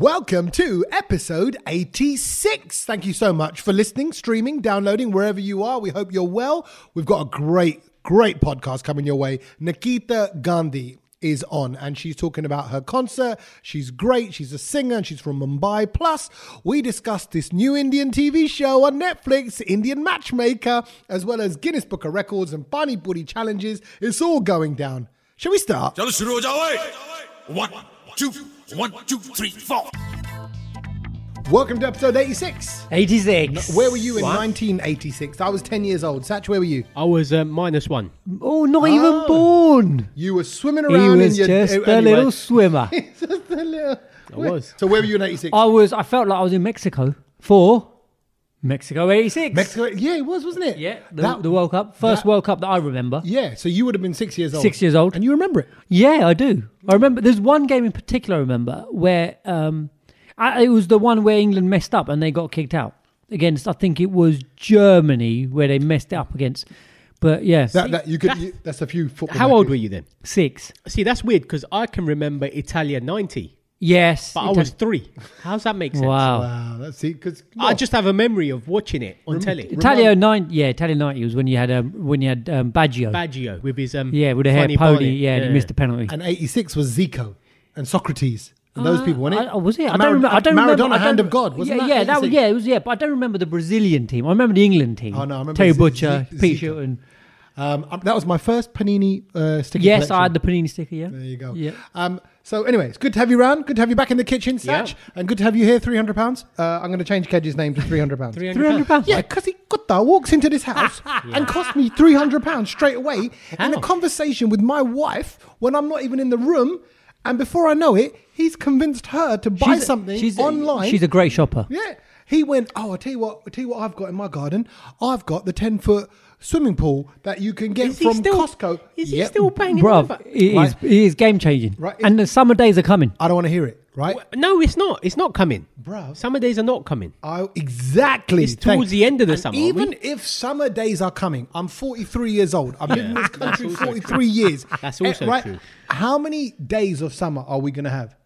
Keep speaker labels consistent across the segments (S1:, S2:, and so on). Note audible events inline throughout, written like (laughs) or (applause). S1: Welcome to episode 86. Thank you so much for listening, streaming, downloading, wherever you are. We hope you're well. We've got a great, great podcast coming your way. Nikita Gandhi is on and she's talking about her concert. She's great. She's a singer and she's from Mumbai. Plus, we discussed this new Indian TV show on Netflix, Indian Matchmaker, as well as Guinness Book of Records and Pani Puri challenges. It's all going down. Shall we start?
S2: चलो शुरू हो जाओ a one two one two three four
S1: Welcome to episode 86.
S3: 86.
S1: Where were you in 1986? I was 10 years old. Satch, where were you?
S4: I was uh, minus one.
S3: Oh, not even born.
S1: You were swimming
S3: He
S1: around
S3: was
S1: in your
S3: just
S1: uh,
S3: a
S1: anyway.
S3: little swimmer.
S1: (laughs) Just a little-
S4: I was.
S1: So where were you in 86?
S3: I was. I felt like I was in Mexico for Mexico 86.
S1: Mexico. Yeah, it was, wasn't it?
S3: Yeah, the,
S1: That-
S3: the World Cup. First
S1: that-
S3: World Cup that I remember.
S1: Yeah, so you would have been 6 years old.
S3: Six years old.
S1: And you remember it?
S3: Yeah, I do. I remember. There's one game in particular I remember where um, I, it was the one where England messed up and they got kicked out against. I think it was Germany where they messed it up against. But yeah,
S1: That, that you could you, that's a few football.
S4: How old were you then?
S3: six.
S4: See, that's weird because I can remember Italia 90,
S3: Yes,
S4: but I
S3: Ita-
S4: was three. How's that make sense?
S3: Wow.
S1: Wow, that's it cuz
S4: I just have a memory of watching it on telly.
S3: Italia nine, yeah, Italia ninety was when you had um, when you had um, Baggio,
S4: Baggio with his um,
S3: yeah, with a hair
S4: funny
S3: pony,
S4: bonnet.
S3: yeah, and he missed the penalty.
S1: and 86 was Zico and Socrates. And those people, weren't it?
S3: Uh, I, oh, was it? I
S1: Mar-
S3: don't remember. I don't
S1: Maradona,
S3: remember. I don't-
S1: hand of God, wasn't
S3: yeah,
S1: that?
S3: yeah, that was,
S1: 86?
S3: yeah, it was. Yeah, but I don't remember the Brazilian team. I remember the England team.
S1: Oh, no, I remember
S3: Terry
S1: Z-
S3: Butcher,
S1: Z-
S3: Pete
S1: Zico.
S3: Shilton.
S1: Um, um, that was my first Panini uh, sticker.
S3: Yes,
S1: collection.
S3: I had the panini sticker. Yeah,
S1: There you go.
S3: Yeah.
S1: Um, so anyway, it's good to have you round. Good to have you back in the kitchen, Satch,
S4: Yeah.
S1: and good to have you here. Three hundred pounds. Uh, I'm going to change Kedge's name to three hundred pounds.
S3: Three hundred pounds.
S1: Yeah, because he Gutta walks into this house and cost me three hundred pounds straight away in a
S4: How?
S1: conversation with my wife when I'm not even in the room, and before I know it, he's convinced her to buy
S3: She's a-
S1: something
S3: she's a-
S1: online.
S3: she's a great shopper.
S1: Yeah. He went, Oh, I'll tell you what, I'll tell you what I've got in my garden. I've got the 10 foot swimming pool that you can get
S4: Is he
S1: from
S4: still-
S1: Costco.
S4: is he
S1: Yep.
S4: still banging over?
S3: Bruv, it
S1: Right.
S3: is, it is game changing.
S1: Right.
S3: And the summer days are coming.
S1: I don't want to hear it, right?
S4: No, it's not. It's not coming.
S1: Bruv.
S4: Summer days are not coming.
S1: I exactly.
S4: It's towards the end of the
S1: And
S4: summer, aren't we?
S1: Even if summer days are coming, I'm 43 years old. I've been in this country
S4: also
S1: 43 years.
S4: (laughs) That's
S1: Eh,
S4: also true.
S1: How many days of summer are we going to have?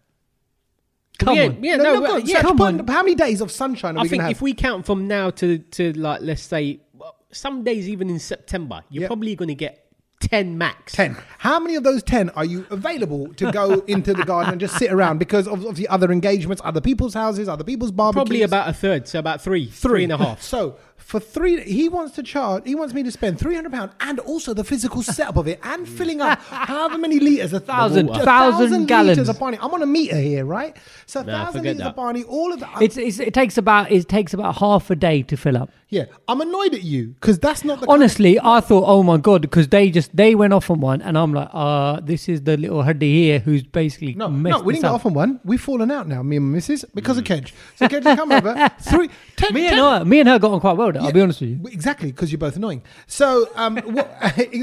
S3: Come
S4: yeah,
S3: on.
S4: yeah, no,
S1: look,
S4: well,
S1: look,
S4: yeah,
S1: Satch,
S3: come
S1: put-
S3: on.
S1: How many days of sunshine are
S4: I
S1: we going
S4: think
S1: to have?
S4: if we count from now to to like let's say well, some days even in September, you're
S1: Yep.
S4: probably going to get ten max.
S1: 10. How many of those 10 are you available to go into the garden and just sit around because of, of the other engagements, other people's houses, other people's barbecues?
S4: Probably about a third, so about three, three and
S1: (laughs)
S4: a half.
S1: So for three, he wants to charge. He wants me to spend three hundred pound, and also the physical setup of it, and filling
S3: (laughs)
S1: up however many liters, a
S3: Mm. Thousand.
S1: a
S3: Thousand
S1: liters
S3: gallons.
S1: of Barney. I'm on a meter here, right? So a thousand
S4: forget
S1: liters of
S4: that.
S1: Barney, all of that.
S3: It's, it's, it takes about it takes about half a day to fill up.
S1: yeah, I'm annoyed at you because that's not the.
S3: Honestly, I thought, oh my god, because they just they went off on one, and I'm like, uh, this is the little huddy here who's basically
S1: No,
S3: messed
S1: no, we
S3: this
S1: didn't get
S3: up. Mm.
S1: off on one. We've fallen out now, me and my missus, because of Kedge. So Kedge has come
S3: (laughs)
S1: over. Three, ten, (laughs)
S3: Me and
S1: ten-
S3: her, me and her got on quite well. Though, I'll be honest with you.
S1: Well, Exactly, because you're both annoying. So, um, (laughs) what,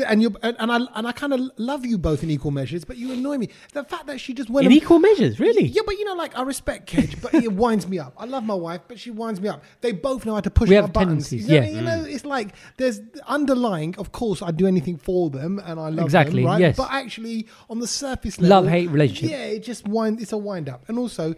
S1: and you and, and I and I kind of love you both in equal measures, but you annoy me. The fact that she just went
S4: In
S1: and-
S4: equal measures, really?
S1: Yeah, but you know, like I respect Kedge, but it winds me up. I love my wife, but she winds me up. They both know how to push
S3: We
S1: my
S3: have
S1: buttons.
S3: tendencies,
S1: you know,
S3: yeah. Mm.
S1: you know, it's like there's underlying. Of course, I do anything for them, and I love
S3: Exactly,
S1: Them, right?
S3: yes.
S1: But actually, on the surface level,
S3: Love-hate relationship.
S1: Yeah, it just wind. It's a wind up, and also.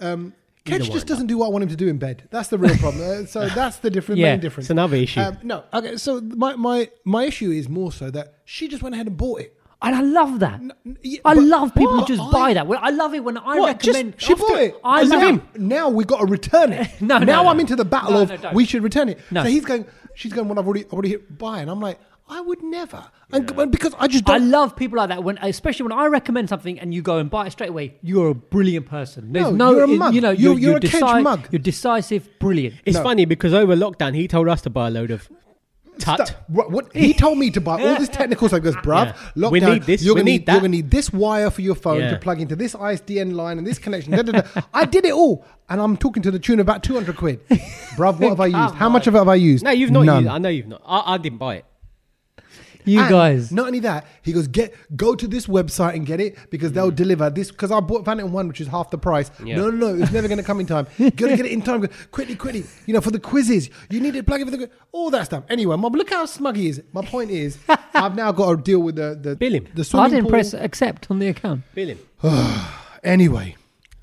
S1: Um, Kedge just doesn't do what I want him to do in bed. That's the real problem. Uh,
S3: (laughs)
S1: so that's the different
S3: Yeah,
S1: main difference.
S4: it's another issue.
S1: Um, no, okay. So my, my my issue is more so that she just went ahead and bought it.
S3: And I love that.
S1: n- yeah,
S3: I
S1: but-
S3: love people
S1: What?
S3: who just
S1: I-
S3: buy that. Well, I love it when I
S1: What? Just-
S3: recommend.
S1: she
S4: Oh,
S1: bought it.
S3: I
S1: And
S3: love
S1: now, now we got to return
S4: (laughs)
S1: it.
S3: No, no,
S1: now
S3: no.
S1: I'm into the battle
S3: No,
S1: of
S3: no, don't.
S1: we should return it.
S3: No.
S1: So he's going. She's going. Well, I've already I've already hit buy, and I'm like, I would never. And and because I just
S3: I
S1: don't.
S3: love people like that when, especially when I recommend something and you go and buy it straight away. You're a brilliant person. There's
S1: No,
S3: no,
S1: you're a
S3: in-
S1: mug.
S3: You know,
S1: You're-
S3: you're,
S1: you're a Kedge
S3: deci-
S1: mug.
S3: You're decisive, brilliant.
S4: It's
S1: No.
S4: funny because over lockdown, he told us to buy a load of tut.
S1: Stu- What, what- he told me to buy
S4: (laughs)
S1: all this technical stuff. He goes, bruv,
S4: Yeah.
S1: lockdown.
S4: We need this,
S1: You're
S4: we
S1: gonna
S4: need
S1: You're
S4: that."
S1: gonna need this wire for your phone
S4: Yeah.
S1: to plug into this ISDN line and this connection. da, da, da. (laughs) I did it all, and I'm talking to the tune of about two hundred
S4: (laughs)
S1: quid, bruv. What have I used? How much of it have I used?
S4: No, you've not.
S1: None.
S4: Used, I know you've not. I, I didn't buy it.
S3: You
S1: And
S3: guys.
S1: Not only that, he goes get go to this website and get it because they'll
S3: Mm.
S1: deliver this. Because I bought found it in one, which is half the price.
S4: Yeah.
S1: No, no, no, it's never going to come in
S3: (laughs)
S1: time. Got to get it in time quickly, quickly. You know, for the quizzes, you need to plug in for the qui- all that stuff. Anyway, my, look how smug he is. My point
S3: (laughs)
S1: is, I've now got to deal with the the
S4: Bill him.
S1: the swimming
S3: I didn't
S1: pool.
S3: press accept on the account.
S4: Bill him.
S1: Anyway,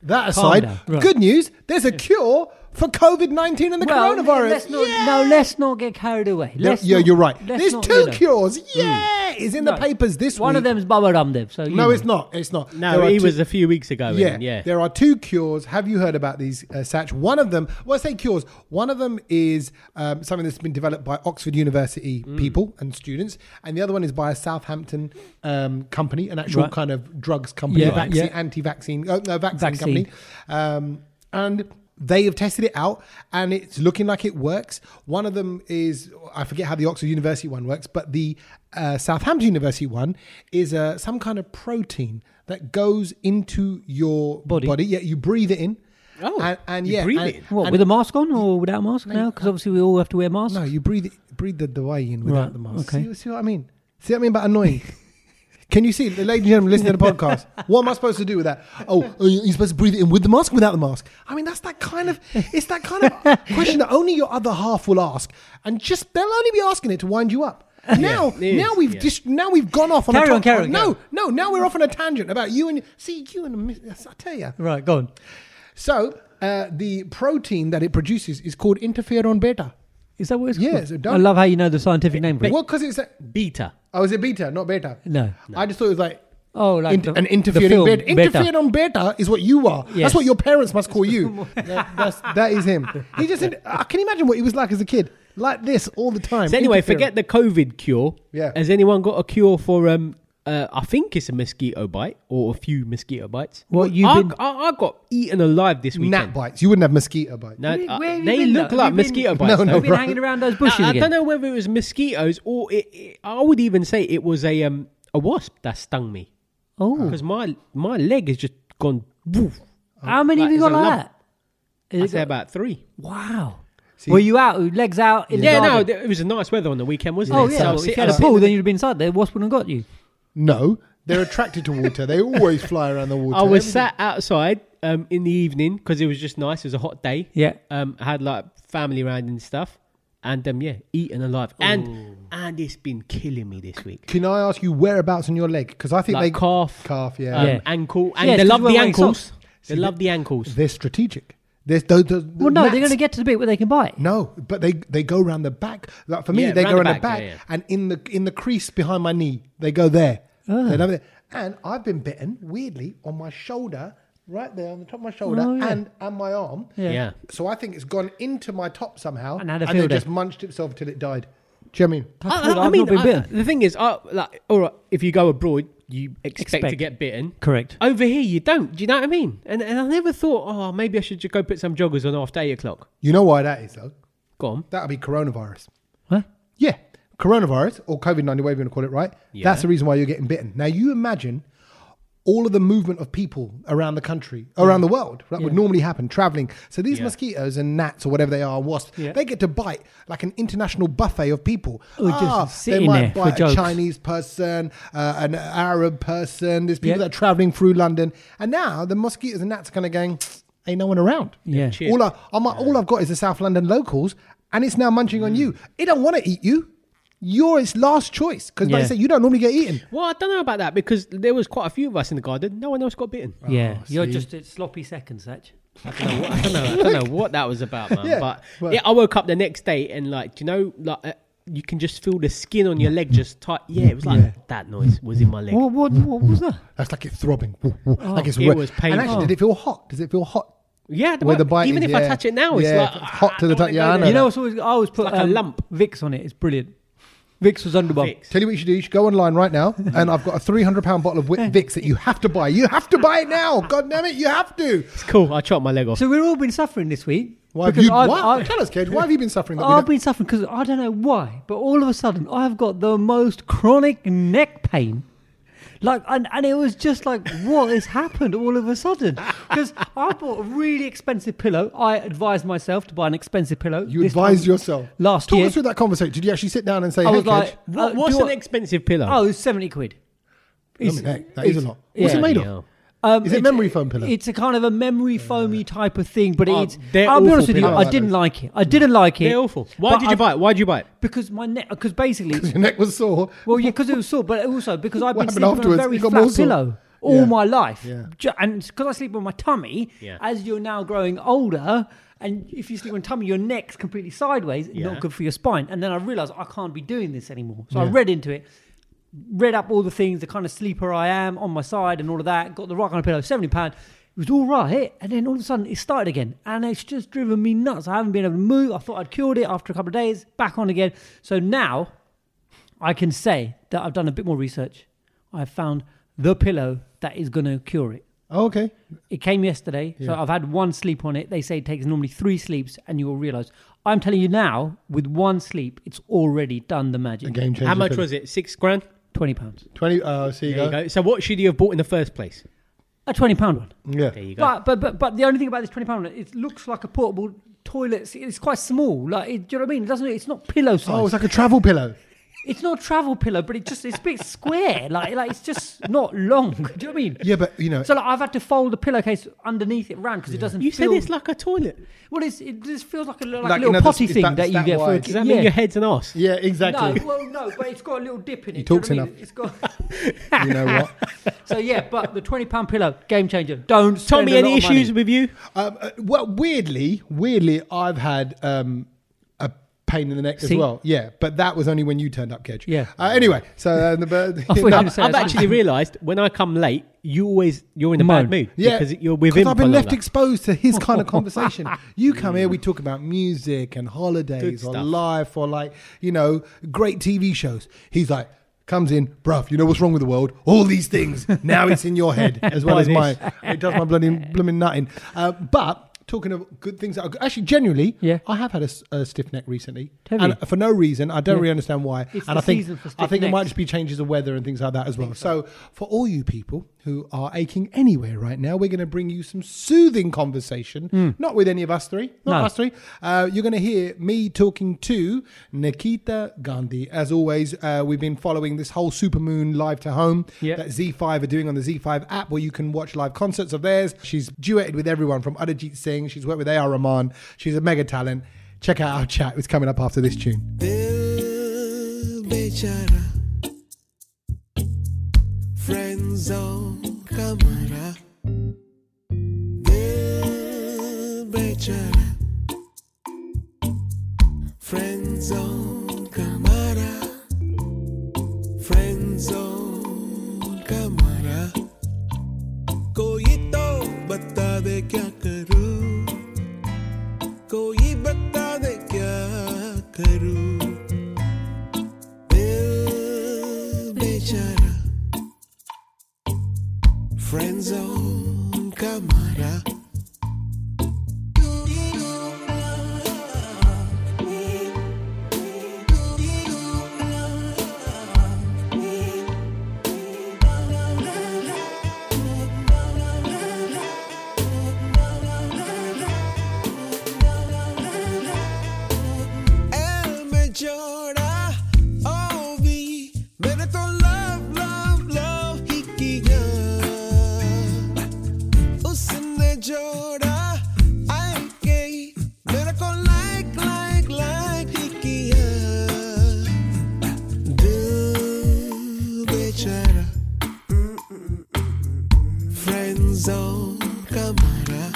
S1: That
S3: Calm
S1: aside,
S3: down. Right.
S1: good news. There's a cure for COVID nineteen and the
S3: Well,
S1: coronavirus.
S3: Let's not, No, let's not get carried away.
S1: Yeah,
S3: Let's
S1: yeah,
S3: not-
S1: you're right.
S3: let's
S1: There's
S3: not,
S1: two
S3: you know.
S1: cures. Yeah, it's in
S3: No.
S1: the papers this
S3: One
S1: week.
S3: of them's Baba Ramdev. So you
S1: No,
S3: know.
S1: it's not. It's not.
S4: No,
S1: There are
S4: he
S1: two-
S4: was a few weeks ago.
S1: Yeah,
S4: Yeah, yeah.
S1: There are two cures. Have you heard about these, uh, Satch? One of them, well, I say cures. One of them is um, something that's been developed by Oxford University
S4: Mm.
S1: people and students, and the other one is by a Southampton um, company, an actual
S3: Right.
S1: kind of drugs company,
S3: Yeah,
S1: a vaccine,
S3: yeah.
S1: anti-vaccine, oh, no, vaccine,
S3: Vaccine.
S1: company, um, and. They have tested it out and it's looking like it works. One of them is, I forget how the Oxford University one works, but the uh, Southampton University one is uh, some kind of protein that goes into your
S3: Body.
S1: yeah, you breathe it in.
S4: Oh,
S1: and, and
S4: you
S1: yeah,
S4: breathe
S1: and-
S4: it.
S3: What,
S1: and-
S3: with a mask on or without a mask now? Because obviously we all have to wear masks.
S1: no, you breathe it, breathe the, the way in without
S3: Right,
S1: the mask.
S3: okay.
S1: See, see what I mean? See what I mean about annoying? (laughs) Can you see, ladies and gentlemen, listening to the
S3: (laughs)
S1: podcast? What am I supposed to do with that? Oh, are you- you're supposed to breathe it in with the mask, or without the mask. I mean, that's that kind of it's that kind
S3: (laughs)
S1: of question that only your other half will ask, and just they'll only be asking it to wind you up. Now,
S4: it is,
S1: now we've
S4: yeah.
S1: dis- now we've gone off on
S3: Carry
S1: a
S3: on, carry on,
S1: No,
S3: carry on.
S1: no, now we're off on a tangent about you and see you and the- I tell you.
S3: Right, go on.
S1: So uh, the protein that it produces is called interferon beta.
S3: Is that what it's
S1: Yeah,
S3: called?
S1: so don't-
S3: I love how you know the scientific name for it.
S1: Well, because it's a,
S4: Beta.
S1: oh, is it beta, not beta?
S3: No.
S1: I just thought it was like.
S3: Oh, like
S1: in-
S3: the-
S1: an
S3: the
S1: interferon
S3: film,
S1: beta.
S3: Beta. (laughs)
S1: Interferon beta is what you are. That's
S3: Yes.
S1: what your parents must call you. That- that's, that is him. He just. I can imagine what he was like as a kid, like this all the time.
S4: So anyway,
S1: Interferon.
S4: forget the COVID cure.
S1: Yeah.
S4: Has anyone got a cure for um? Uh, I think it's a mosquito bite or a few mosquito bites.
S3: What, you've
S4: I,
S3: been-
S4: I, I got eaten alive this weekend.
S1: gnat bites. You wouldn't have mosquito bites.
S4: No,
S3: Where-
S4: uh,
S3: where have you
S4: they
S3: been,
S4: look
S3: though?
S4: like
S3: Have you been-
S4: mosquito bites.
S1: No,
S4: though.
S1: no, (laughs)
S3: You've been
S1: bro.
S3: hanging around those bushes
S4: I, I
S3: again.
S4: don't know whether it was mosquitoes or it, it, I would even say it was a um a wasp that stung me
S3: Oh,
S4: because my my leg has just gone. Woof.
S3: how many have
S4: Like,
S3: you got
S4: it's a
S3: like
S4: lump.
S3: that?
S4: I
S3: Is it
S4: say about three.
S3: got- wow. Were you out, with legs out in
S4: Yeah,
S3: the
S4: no,
S3: garden?
S4: th- it was a nice weather on the weekend, wasn't
S3: Oh
S4: it?
S3: yeah,
S4: I
S3: well,
S4: was
S3: if you
S4: sit- I
S3: had a
S4: was sitting
S3: pool,
S4: in
S3: then you'd have been inside there. Wasp wouldn't have got you.
S1: No, they're attracted to water. They always fly around the water.
S4: I was
S1: Everything-
S4: sat outside um, in the evening because it was just nice. It was a hot day.
S3: Yeah.
S4: Um, I had like family around and stuff, and um, yeah, eating alive. And and it's been killing me this week.
S1: Can I ask you whereabouts on your leg? Because I think
S4: Like
S1: they
S4: calf,
S1: calf, yeah.
S4: um,
S3: Yeah.
S4: ankle, and
S3: Yeah,
S4: they
S3: it's 'cause
S4: love
S3: you weren't
S4: the
S3: wearing
S4: ankles.
S3: socks.
S4: They love the ankles.
S1: They're strategic. There's those. those
S3: Well, no, they're
S1: gnats-
S3: going to get to the bit where they can bite.
S1: No, but they they go round the back. Like for me,
S4: Yeah,
S1: they
S4: round
S1: go
S4: the
S1: round the back,
S4: back, yeah, yeah.
S1: and in the in the crease behind my knee, they go there.
S3: Ah.
S1: They love it. And I've been bitten weirdly on my shoulder, right there on the top of my shoulder,
S3: Oh, yeah.
S1: and and my arm.
S3: Yeah.
S4: Yeah.
S1: So I think it's gone into my top somehow,
S3: And had a
S1: and it
S3: field day.
S1: just munched itself till it died. Do you know what I mean?
S3: I thought I've not been bitten.
S4: the thing is, I, like, all right, if you go abroad, you expect, to
S3: Expect.
S4: get bitten.
S3: Correct.
S4: Over here, you don't. Do you know what I mean? And, and I never thought, oh, maybe I should just go put some joggers on after eight o'clock.
S1: You know why that is though?
S4: Go on.
S1: That'll be coronavirus.
S3: Huh?
S1: Yeah, coronavirus or COVID ninety, whatever you want to call it, right? That's the reason why you're getting bitten. Now you imagine all of the movement of people around the country, around the world, that would normally happen, traveling. So these mosquitoes and gnats or whatever they are, wasps,
S3: Yeah.
S1: they get to bite like an international buffet of people. Ah,
S3: Oh, just
S1: they
S3: sitting there
S1: might
S3: for
S1: bite a
S3: jokes.
S1: Chinese person, uh, an Arab person. There's people
S3: Yeah.
S1: that are traveling through London, and now the mosquitoes and gnats are kind of going. Ain't no one around.
S3: Yeah.
S4: Cheers.
S1: All I, I'm, all I've got is the South London locals, and it's now munching on
S3: Mm.
S1: you. It don't want to eat you. You're its last choice because, like I
S3: Yeah.
S1: say, you don't normally get eaten.
S4: Well, I don't know about that because there was quite a few of us in the garden. No one else got bitten.
S3: Yeah, you're just at sloppy seconds, Satch.
S4: I don't know what, I don't know, I don't know what that was about, man.
S1: Yeah,
S4: but
S1: well-
S4: (laughs) yeah, I woke up the next day and like, do you know, like uh, you can just feel the skin on your leg just tight. Yeah, it was like that noise was in my leg.
S3: What, what, what was that?
S1: That's like it throbbing, Woo, woo,
S3: Oh,
S1: like it's
S4: it
S1: wet.
S4: was
S1: And
S4: painful.
S1: actually, did it feel hot? Does it feel hot?
S4: yeah, the
S1: Where the
S4: bite-
S1: bite
S4: even
S1: is,
S4: if I
S1: yeah.
S4: touch it now, it's
S1: Yeah,
S4: like
S1: it's hot to the
S4: don't
S1: touch, yeah,
S4: wanna
S1: I know
S4: go there.
S3: You know, it's always, I always put um,
S4: like a lump.
S3: Vicks on it. It's brilliant. Vicks was under my.
S4: Vicks.
S1: Tell you what you should do. You should go online right
S3: (laughs)
S1: now, and I've got a three hundred pound bottle of Wit- Vicks that you have to buy. You have to buy it now. God damn it, you have to.
S4: It's cool. I chopped my leg off.
S3: So we've all been suffering this week.
S1: Why have
S3: because
S1: you?
S3: I've,
S1: why-
S3: I've-
S1: tell us, Kedge, why have you been suffering? that we
S3: I've
S1: don't-
S3: been suffering because I don't know why, but all of a sudden I've got the most chronic neck pain. Like and, and it was just like what has happened all of a sudden because I bought a really expensive pillow. I advised myself to buy an expensive pillow.
S1: you
S3: this
S1: advised
S3: time
S1: yourself
S3: last
S1: Talk
S3: year.
S1: us through that conversation. Did you actually sit down and say,
S3: I
S1: "Hey,
S3: was like,
S1: Kedge,
S4: What,
S3: uh,
S4: what's
S3: do
S4: an
S3: I-
S4: expensive pillow?
S3: Oh, it's seventy quid. It's-
S1: blimey, heck, that is a
S3: it's-
S1: lot. What's it
S3: yeah.
S1: made
S4: Bloody hell.
S1: of?
S3: Um,
S1: Is it
S3: it's-
S1: memory foam pillow?
S3: It's a kind of a memory foamy type of thing, but
S4: Oh,
S3: it's.
S4: they're
S3: I'll be
S4: awful
S3: honest with you,
S1: pillows.
S3: I didn't like it. I didn't like it.
S4: They're awful. Why
S3: but
S4: did you
S3: I-
S4: buy it? Why did you buy it?
S3: Because my
S1: (laughs)
S3: neck. Because basically,
S1: (laughs) Your neck was sore.
S3: Well, yeah, because it was sore, but also because I've
S1: What
S3: been
S1: happened
S3: sleeping on
S1: afterwards?
S3: a very
S1: You got
S3: flat
S1: more sore?
S3: pillow. all
S1: Yeah.
S3: my life.
S1: Yeah.
S3: Ju- And because I sleep on my tummy, uh,
S4: Yeah.
S3: as you're now growing older, and if you sleep on tummy, your neck's completely sideways,
S4: Yeah.
S3: not good for your spine. And then I realized I can't be doing this anymore. So I
S1: Yeah.
S3: read into it, read up all the things, the kind of sleeper I am on my side and all of that, got the right kind of pillow, 70 pound. It was all right. And then all of a sudden it started again. And it's just driven me nuts. I haven't been able to move. I thought I'd cured it after a couple of days, back on again. So now I can say that I've done a bit more research. I've found the pillow that is going to cure it.
S1: Oh, okay.
S3: It came yesterday, so
S1: Yeah.
S3: I've had one sleep on it. They say it takes normally three sleeps, and you will realize. I'm telling you now, with one sleep, it's already done the magic.
S1: A game changer.
S4: How much was it? Six grand.
S3: Twenty pounds,
S1: Twenty. Oh, so you
S4: There you
S1: go.
S4: go. So what should you have bought in the first place?
S3: a twenty pound one.
S1: Yeah.
S4: There you go.
S3: But, but but but the only thing about this twenty pound one, it looks like a portable toilet. seat. It's quite small. Like, it, do you know what I mean? It doesn't. It's not pillow size.
S1: Oh, it's like a travel pillow.
S3: it's not a travel pillow, but it just it's a bit square. (laughs) Like like it's just not long. (laughs) Do you know what I mean?
S1: Yeah, but you know,
S3: So like, I've had to fold the pillowcase underneath it round because it doesn't.
S4: you
S3: feel,
S4: said it's like a toilet.
S3: well, it's, it just feels like a, li- like
S1: Like,
S3: a
S1: you
S3: little
S1: know, the-
S3: potty
S1: it's
S3: thing
S1: that-
S3: that,
S1: it's
S3: you
S1: that
S3: get for a
S1: wide.
S3: kid.
S4: Does that mean
S3: Yeah.
S4: your head's an ass?
S1: yeah,
S3: No, (laughs)
S1: exactly.
S3: well, no, but it's got a little dip in it.
S1: He
S3: do you know
S1: talks
S3: what I mean?
S1: enough.
S3: It's got (laughs)
S1: you know what?
S3: so yeah, but the twenty pound pillow game changer. Don't spend
S4: Tommy,
S3: a lot
S4: any
S3: of money.
S4: issues with you?
S1: Um, uh, well, weirdly, weirdly, I've had um, a pain in the neck as
S3: See?
S1: well. Yeah, but that was only when you turned up, Kedge.
S3: Yeah.
S1: Uh, anyway, so uh, the but,
S3: I
S1: (laughs)
S3: thought you were gonna say
S4: I've
S3: that's-
S4: actually realised when I come late, you always you're in a
S3: Moan.
S4: bad mood
S1: yeah,
S4: because you're with him.
S1: I've
S4: for
S1: been left
S4: longer.
S1: exposed to his
S3: (laughs)
S1: kind of conversation. you come here, we
S3: Mm.
S1: talk about music and holidays
S4: Good
S1: or
S4: stuff.
S1: life or like you know great TV shows. He's like. Comes in, bruv. You know what's wrong with the world? All these things. Now it's in your head, as well
S3: (laughs)
S4: Buy
S1: as
S4: this.
S1: my. It does my bloody blooming nutting. Uh, but talking of good things, that are good- actually, genuinely,
S3: Yeah.
S1: I have had a, s- a stiff neck recently,
S3: Have
S1: and
S3: you?
S1: for no reason. I don't
S3: Yeah.
S1: really understand why.
S3: It's
S1: and
S3: the
S1: I think
S3: season for
S1: I
S3: stiff
S1: think it might
S3: necks.
S1: just be changes of weather and things like that as well. So. for all you people who are aching anywhere right now, we're going to bring you some soothing conversation. Not with any of us three. Not
S3: Hmm. No.
S1: us three. Uh, you're going to hear me talking to Nikita Gandhi. As always, uh, we've been following this whole Supermoon live to home
S3: Yeah.
S1: that Z5 are doing on the Z5 app, where you can watch live concerts of theirs. She's duetted with everyone from Arijit Singh. She's worked with AR Rahman. She's a mega talent. Check out our chat. It's coming up after this tune.
S5: Dil बेचारा friend zone का मारा दिल बेचारा friend zone का मारा friend zone का मारा कोई तो बता दे क्या करूं कोई बता दे क्या करूं दिल बेचारा फ्रेंड जोन का मारा एल में जोड़ा ओ भी मैंने तो लव लव लव ही किया उसने जोड़ा आई के मेरे को लाइक लाइक लाइक ही किया दिल बेचारा फ्रेंड जोन का मारा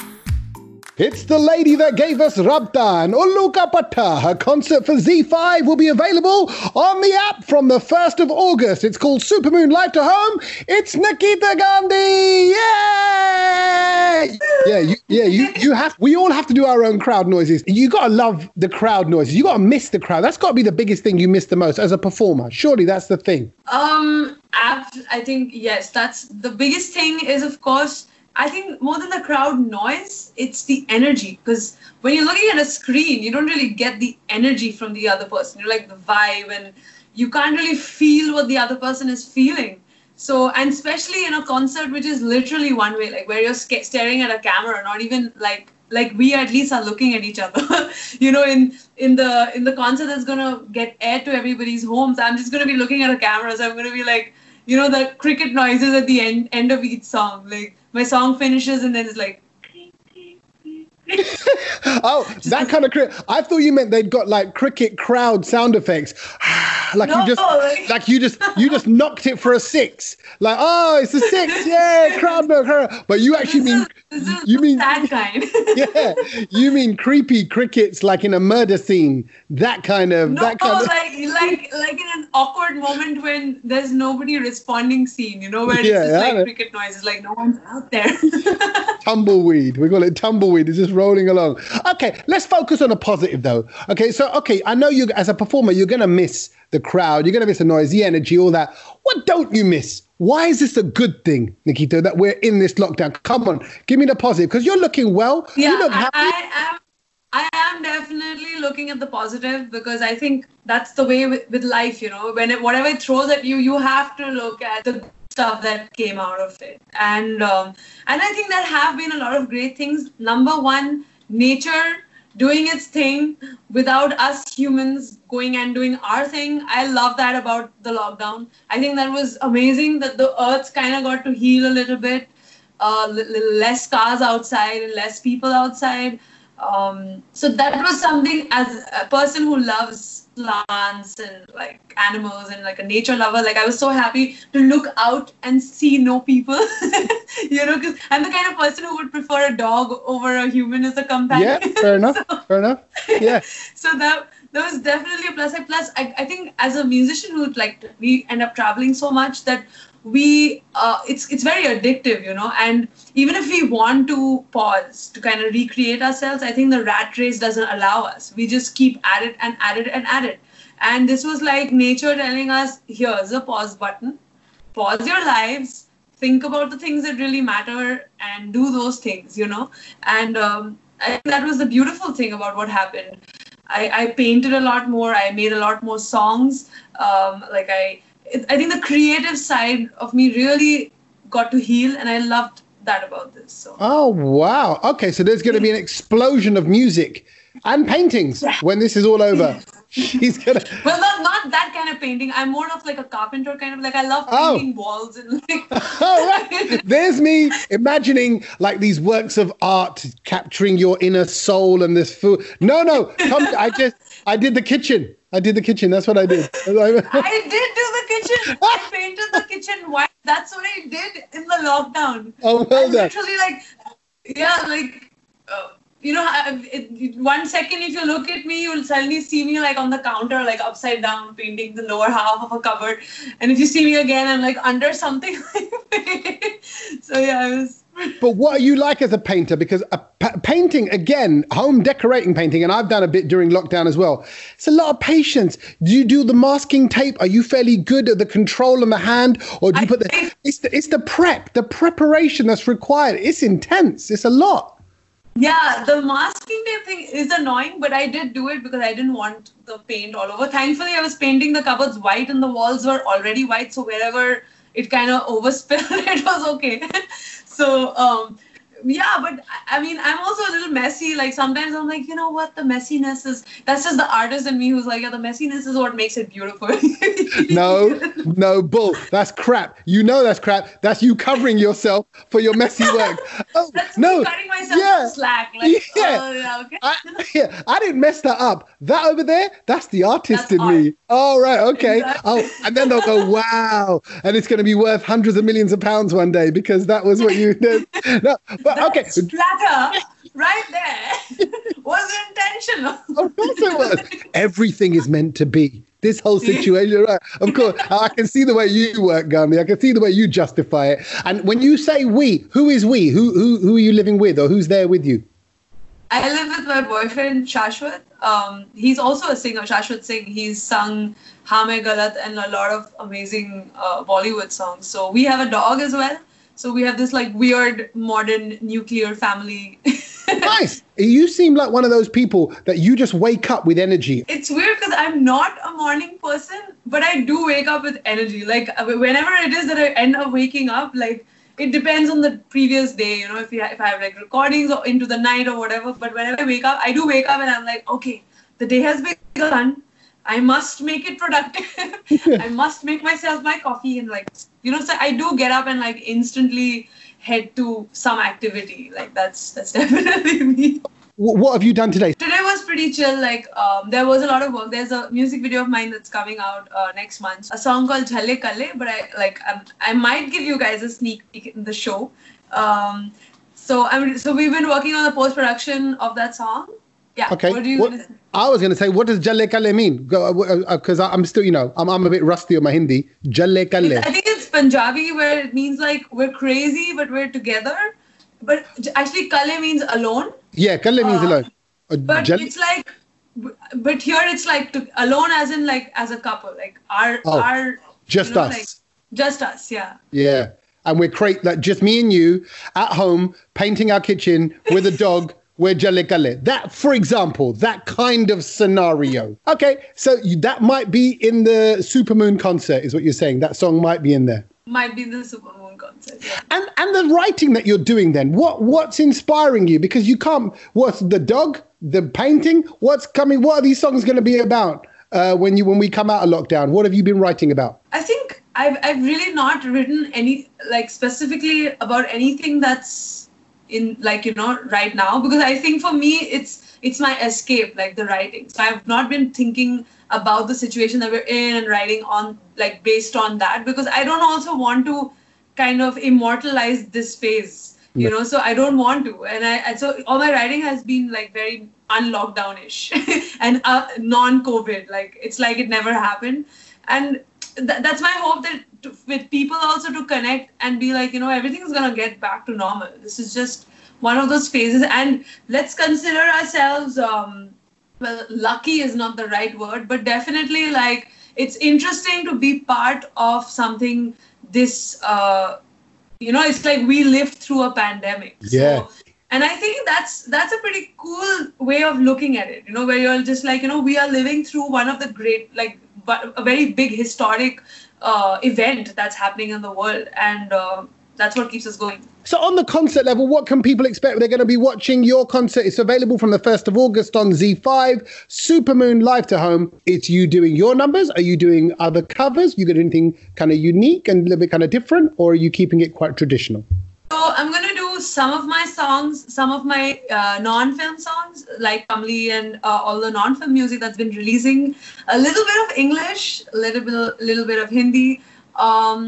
S1: It's the lady that gave us Rabdan, Uluka Patta. Her concert for Z5 will be available on the app from the 1st of August. It's called Supermoon Live to Home. It's Nikita Gandhi. Yay! Yeah, you, yeah, you, you have, we all have to do our own crowd noises. You gotta love the crowd noises. You gotta miss the crowd. That's gotta be the biggest thing you miss the most as a performer. Surely that's the thing.
S6: Um, abs- I think yes, that's the biggest thing. Is of course, I think more than the crowd noise, it's the energy. Because when you're looking at a screen, you don't really get the energy from the other person. You're like the vibe, and you can't really feel what the other person is feeling. So, and especially in a concert, which is literally one way, like where you're sca- staring at a camera, not even like like we at least are looking at each other (laughs) you know in in the in the concert that's gonna get air to everybody's homes i'm just gonna be looking at a camera so i'm gonna be like you know the cricket noises at the end end of each song like my song finishes and then it's like
S1: Oh, that kind of cricket. I thought you meant they'd got like cricket crowd sound effects. (sighs) Like
S6: No,
S1: you just,
S6: like-
S1: like you just, you
S6: (laughs)
S1: just knocked it for a six. Like, oh, it's a six, yeah, crowd no her. But you actually mean,
S6: This is
S1: you mean,
S6: that
S1: (laughs)
S6: kind. (laughs)
S1: yeah, you mean creepy crickets, like in a murder scene. That kind of,
S6: No,
S1: that kind of.
S6: like like like in an awkward moment when there's nobody responding scene, you know, where
S1: Yeah,
S6: it's just
S1: yeah, I
S6: like
S1: know.
S6: cricket noises, like no one's out there. (laughs)
S1: tumbleweed. We call it tumbleweed. It's just rolling along. Okay, let's focus on a positive though. Okay, so okay, I know you as a performer, you're gonna miss the crowd, you're gonna miss the noise, the energy, all that. What don't you miss? Why is this a good thing, Nikito, that we're in this lockdown? Come on, give me the positive because you're looking well.
S6: yeah,
S1: you look
S6: I,
S1: happy.
S6: I am. I am definitely looking at the positive because I think that's the way with, with life, you know. When it, whatever it throws at you, you have to look at the stuff that came out of it, and um, and I think there have been a lot of great things. Number one, nature doing its thing without us humans going and doing our thing. I love that about the lockdown. I think that was amazing that the earth kind of got to heal a little bit uh, li- li- less cars outside and less people outside. Um, so that was something as a person who loves plants and like animals and like a nature lover, like I was so happy to look out and see no people, (laughs) you know, because I'm the kind of person who would prefer a dog over a human as a
S1: yeah,
S6: (laughs) companion.
S1: fair enough. fair enough. Yeah.
S6: so that that was definitely a plus. I- Plus, I, I think as a musician, we would like we end up traveling so much that we uh, it's it's very addictive, you know. And even if we want to pause to kind of recreate ourselves, I think the rat race doesn't allow us. We just keep at it and at it and at it. And this was like nature telling us, here's a pause button pause your lives think about the things that really matter and do those things you know and um, i think that was the beautiful thing about what happened i, I painted a lot more i made a lot more songs um, like i it, i think the creative side of me really got to heal and i loved that about this so
S1: Oh wow. Okay, so there's going to be an explosion of music and paintings when this is all over. She's gonna.
S6: well not, not that kind of painting i'm more of like a carpenter kind of like i love
S1: Oh.
S6: painting walls and like
S1: (laughs)
S6: (laughs)
S1: All right. There's me imagining like these works of art capturing your inner soul and this food. No, no. Come, I just I did the kitchen. I did the kitchen. That's what I did. (laughs)
S6: I did do the kitchen. I painted the kitchen white. That's what I did in the lockdown.
S1: Oh, well
S6: I
S1: done.
S6: literally like, yeah, like, uh, you know, I, it, it- one second if you look at me, you'll suddenly see me like on the counter, like upside down, painting the lower half of a cupboard. And if you see me again, I'm like under something. (laughs) so yeah, I was.
S1: But what are you like as a painter? Because a pa- painting, again, home decorating painting, and I've done a bit during lockdown as well. It's a lot of patience. Do you do the masking tape? Are you fairly good at the control on the hand, or do you
S6: I
S1: put the?
S6: think-
S1: It's the, it's the prep, the preparation that's required. It's intense. It's a lot.
S6: Yeah, the masking tape thing is annoying, but I did do it because I didn't want the paint all over. Thankfully, I was painting the cupboards white and the walls were already white, so wherever it kind of overspilled, (laughs) it was okay. so, um, yeah, but I- I mean, I'm also a little messy. Like sometimes I'm like, you know what? The messiness is that's just the artist in me who's like, yeah, the messiness is what makes it beautiful. (laughs)
S1: No, no, bull. That's crap. You know that's crap. That's you covering yourself for your messy
S6: (laughs)
S1: work. Oh
S6: That's me
S1: no,
S6: cutting myself
S1: yeah.
S6: slack. Like,
S1: (laughs) Yeah.
S6: oh, yeah, okay. (laughs)
S1: I, (laughs) yeah, I didn't mess that up. That over there, that's the artist
S6: That's
S1: in me.
S6: art.
S1: All right, okay.
S6: Exactly.
S1: Oh, and then they'll
S6: (laughs)
S1: go, wow, and it's going to be worth hundreds of millions of pounds one day because that was what
S6: (laughs)
S1: you did. (laughs) No, but okay,
S6: That splatter right there (laughs) was intentional.
S1: Of course it was. Everything is meant to be. This whole situation, right? Of course, I can see the way you work, Gandhi. I can see the way you justify it. And when you say we, who is we? Who who who are you living with, or who's there with you?
S6: I live with my boyfriend Shashwat. Um, he's also a singer, Shashwat Singh. He's sung Hame Galat and a lot of amazing uh, Bollywood songs. So we have a dog as well. So we have this like weird modern nuclear family. (laughs)
S1: Nice. You seem like one of those people that you just wake up with energy.
S6: it's weird because I'm not a morning person, but I do wake up with energy. Like uh, whenever it is that I end up waking up, like it depends on the previous day. You know, if you if I have like recordings or into the night or whatever. But whenever I wake up, I do wake up and I'm like, okay, the day has begun. I must make it productive. (laughs) I must make myself my coffee and like you know. So I do get up and like instantly head to some activity. Like that's (laughs) that's definitely me.
S1: Wh- What have you done today?
S6: Today was pretty pretty chill. Like um, there was a lot of work. There's a music video of mine that's coming out uh, next month. A song called Jhalle Kale. But I like i I might give you guys a sneak peek in the show. Um, so I'm so we've been working on the post production of that song. Yeah.
S1: Okay.
S6: What do you?
S1: What-
S6: gonna say?
S1: I was going to say, what does Jalle Kale mean? uh, Because I'm still, you know, I'm, I'm a bit rusty on my Hindi. Jalle Kale.
S6: (laughs) I think it's Punjabi where it means like we're crazy but we're together. But actually, Kale means alone.
S1: Yeah, Kale means
S6: Uh,
S1: alone. Uh,
S6: But
S1: Jal-
S6: it's like, but here it's like to, alone as in like as a couple, like our
S1: Oh,
S6: our
S1: just
S6: you know,
S1: us.
S6: like, just us, yeah.
S1: yeah. And we're crazy, like just me and you at home painting our kitchen
S6: (laughs)
S1: with a dog. We're Jalle Kale. That, for example, that kind of scenario. Okay, so you, that might be in the Supermoon concert, is what you're saying. That song might be in there.
S6: Might be the supermoon concert. Yeah.
S1: And and the writing that you're doing then, what what's inspiring you? Because you can't. What's the dog? The painting? What's coming? What are these songs going to be about uh, when you when we come out of lockdown? What have you been writing about?
S6: I think I've I've really not written any like specifically about anything that's in like you know right now because I think for me it's it's my escape like the writing. So I've not been thinking about the situation that we're in and writing on like based on that because I don't also want to kind of immortalize this phase. You know, so I don't want to, and I and so all my writing has been like very un-lockdown-ish (laughs) and uh, non-COVID. Like it's like it never happened, and th- that's my hope that to, with people also to connect and be like you know everything's gonna get back to normal this is just one of those phases and let's consider ourselves um well lucky is not the right word but definitely like it's interesting to be part of something this uh you know it's like we lived through a pandemic
S1: Yeah.
S6: so, and i think that's that's a pretty cool way of looking at it you know where you're just like you know we are living through one of the great like but a very big historic uh, event that's happening in the world and uh, that's what keeps us going
S1: So on the concert level, what can people expect? They're going to be watching your concert. It's available from the first of August on Z5. Supermoon live to home. It's you doing your numbers. Are you doing other covers? You got anything kind of unique and a little bit kind of different, or are you keeping it quite traditional?
S6: So I'm gonna do some of my songs, some of my uh, non-film songs, like Kamli and uh, all the non-film music that's been releasing. A little bit of English, a little bit, little bit of Hindi, um,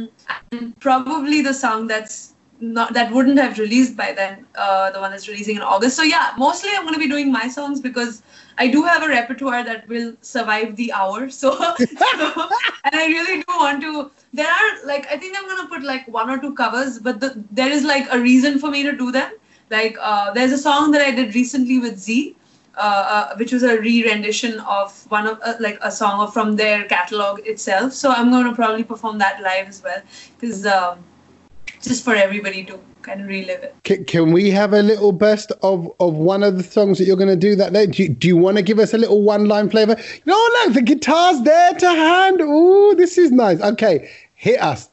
S6: and probably the song that's not that wouldn't have released by then, uh, the one that's releasing in August. So yeah, mostly I'm gonna be doing my songs because I do have a repertoire that will survive the hour. (laughs) So, so- and I really do want to. There are like I think I'm gonna put like one or two covers, but the, there is like a reason for me to do them. Like uh, there's a song that I did recently with Z, uh, uh, which was a re-rendition of one of uh, like a song from their catalog itself. So I'm gonna probably perform that live as well, because um, just for everybody to kind of relive it.
S1: Can, can we have a little burst of, of one of the songs that you're going to do that day? Do you, do you want to give us a little one line flavor? No, look, the guitar's there to hand. Ooh, this is nice. Okay, hit us.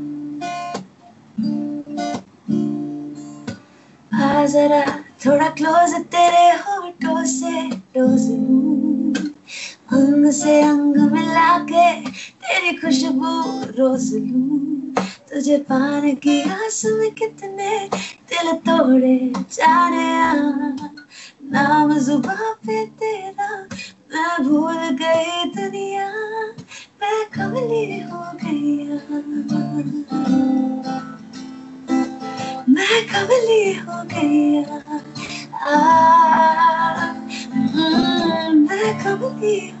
S6: आ हाँ, जरा थोड़ा close तेरे होठों से रोज लूं। अंग से अंग मिला के तेरी खुशबू रोज लूं तुझे पाने की आस में कितने दिल तोड़े जाने आ। नाम जुबां पे तेरा मैं भूल गई दुनिया मैं कमली हो गई मैं कमली हो गई आ, हम्म, मैं कमली हो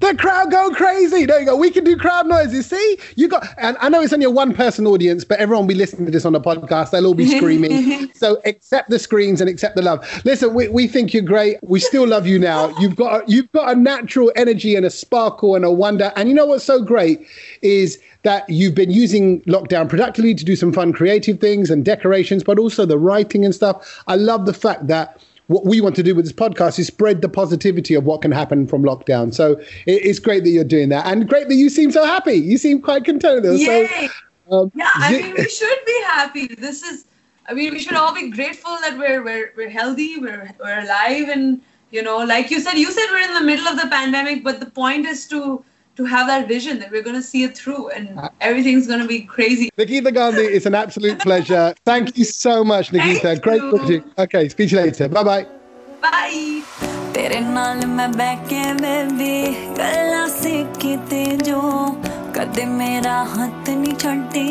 S1: The crowd go crazy. There you go. We can do crowd noises. See, you got. And I know it's only a one-person audience, but everyone will be listening to this on the podcast. They'll all be screaming. so accept the screens and accept the love. Listen, we, we think you're great. We still love you now. You've got you've got a natural energy and a sparkle and a wonder. And you know what's so great is that you've been using lockdown productively to do some fun creative things and decorations, but also the writing and stuff. I love the fact that what we want to do with this podcast is spread the positivity of what can happen from lockdown. So it, it's great that you're doing that, and great that you seem so happy. You seem quite content with it.
S6: Yay!
S1: So, um,
S6: yeah, I
S1: you-
S6: mean, we should be happy. This is, I mean, we should all be grateful that we're we're, we're healthy, we're we're alive, and you know like you said you said we're in the middle of the pandemic but the point is to to have that vision that we're going to see it through and
S1: Uh,
S6: everything's going to be crazy
S7: Nikita Gandhi, it's an absolute pleasure. Thank you so much, Nikita.
S6: Thank
S7: Great
S6: you.
S7: talking to you. Okay, speak to you later. Bye bye.
S6: bye
S8: तेरे नाल मैं बैके baby गल्ला सीखी ते जो कदे मेरा हाथ नहीं छोड़ी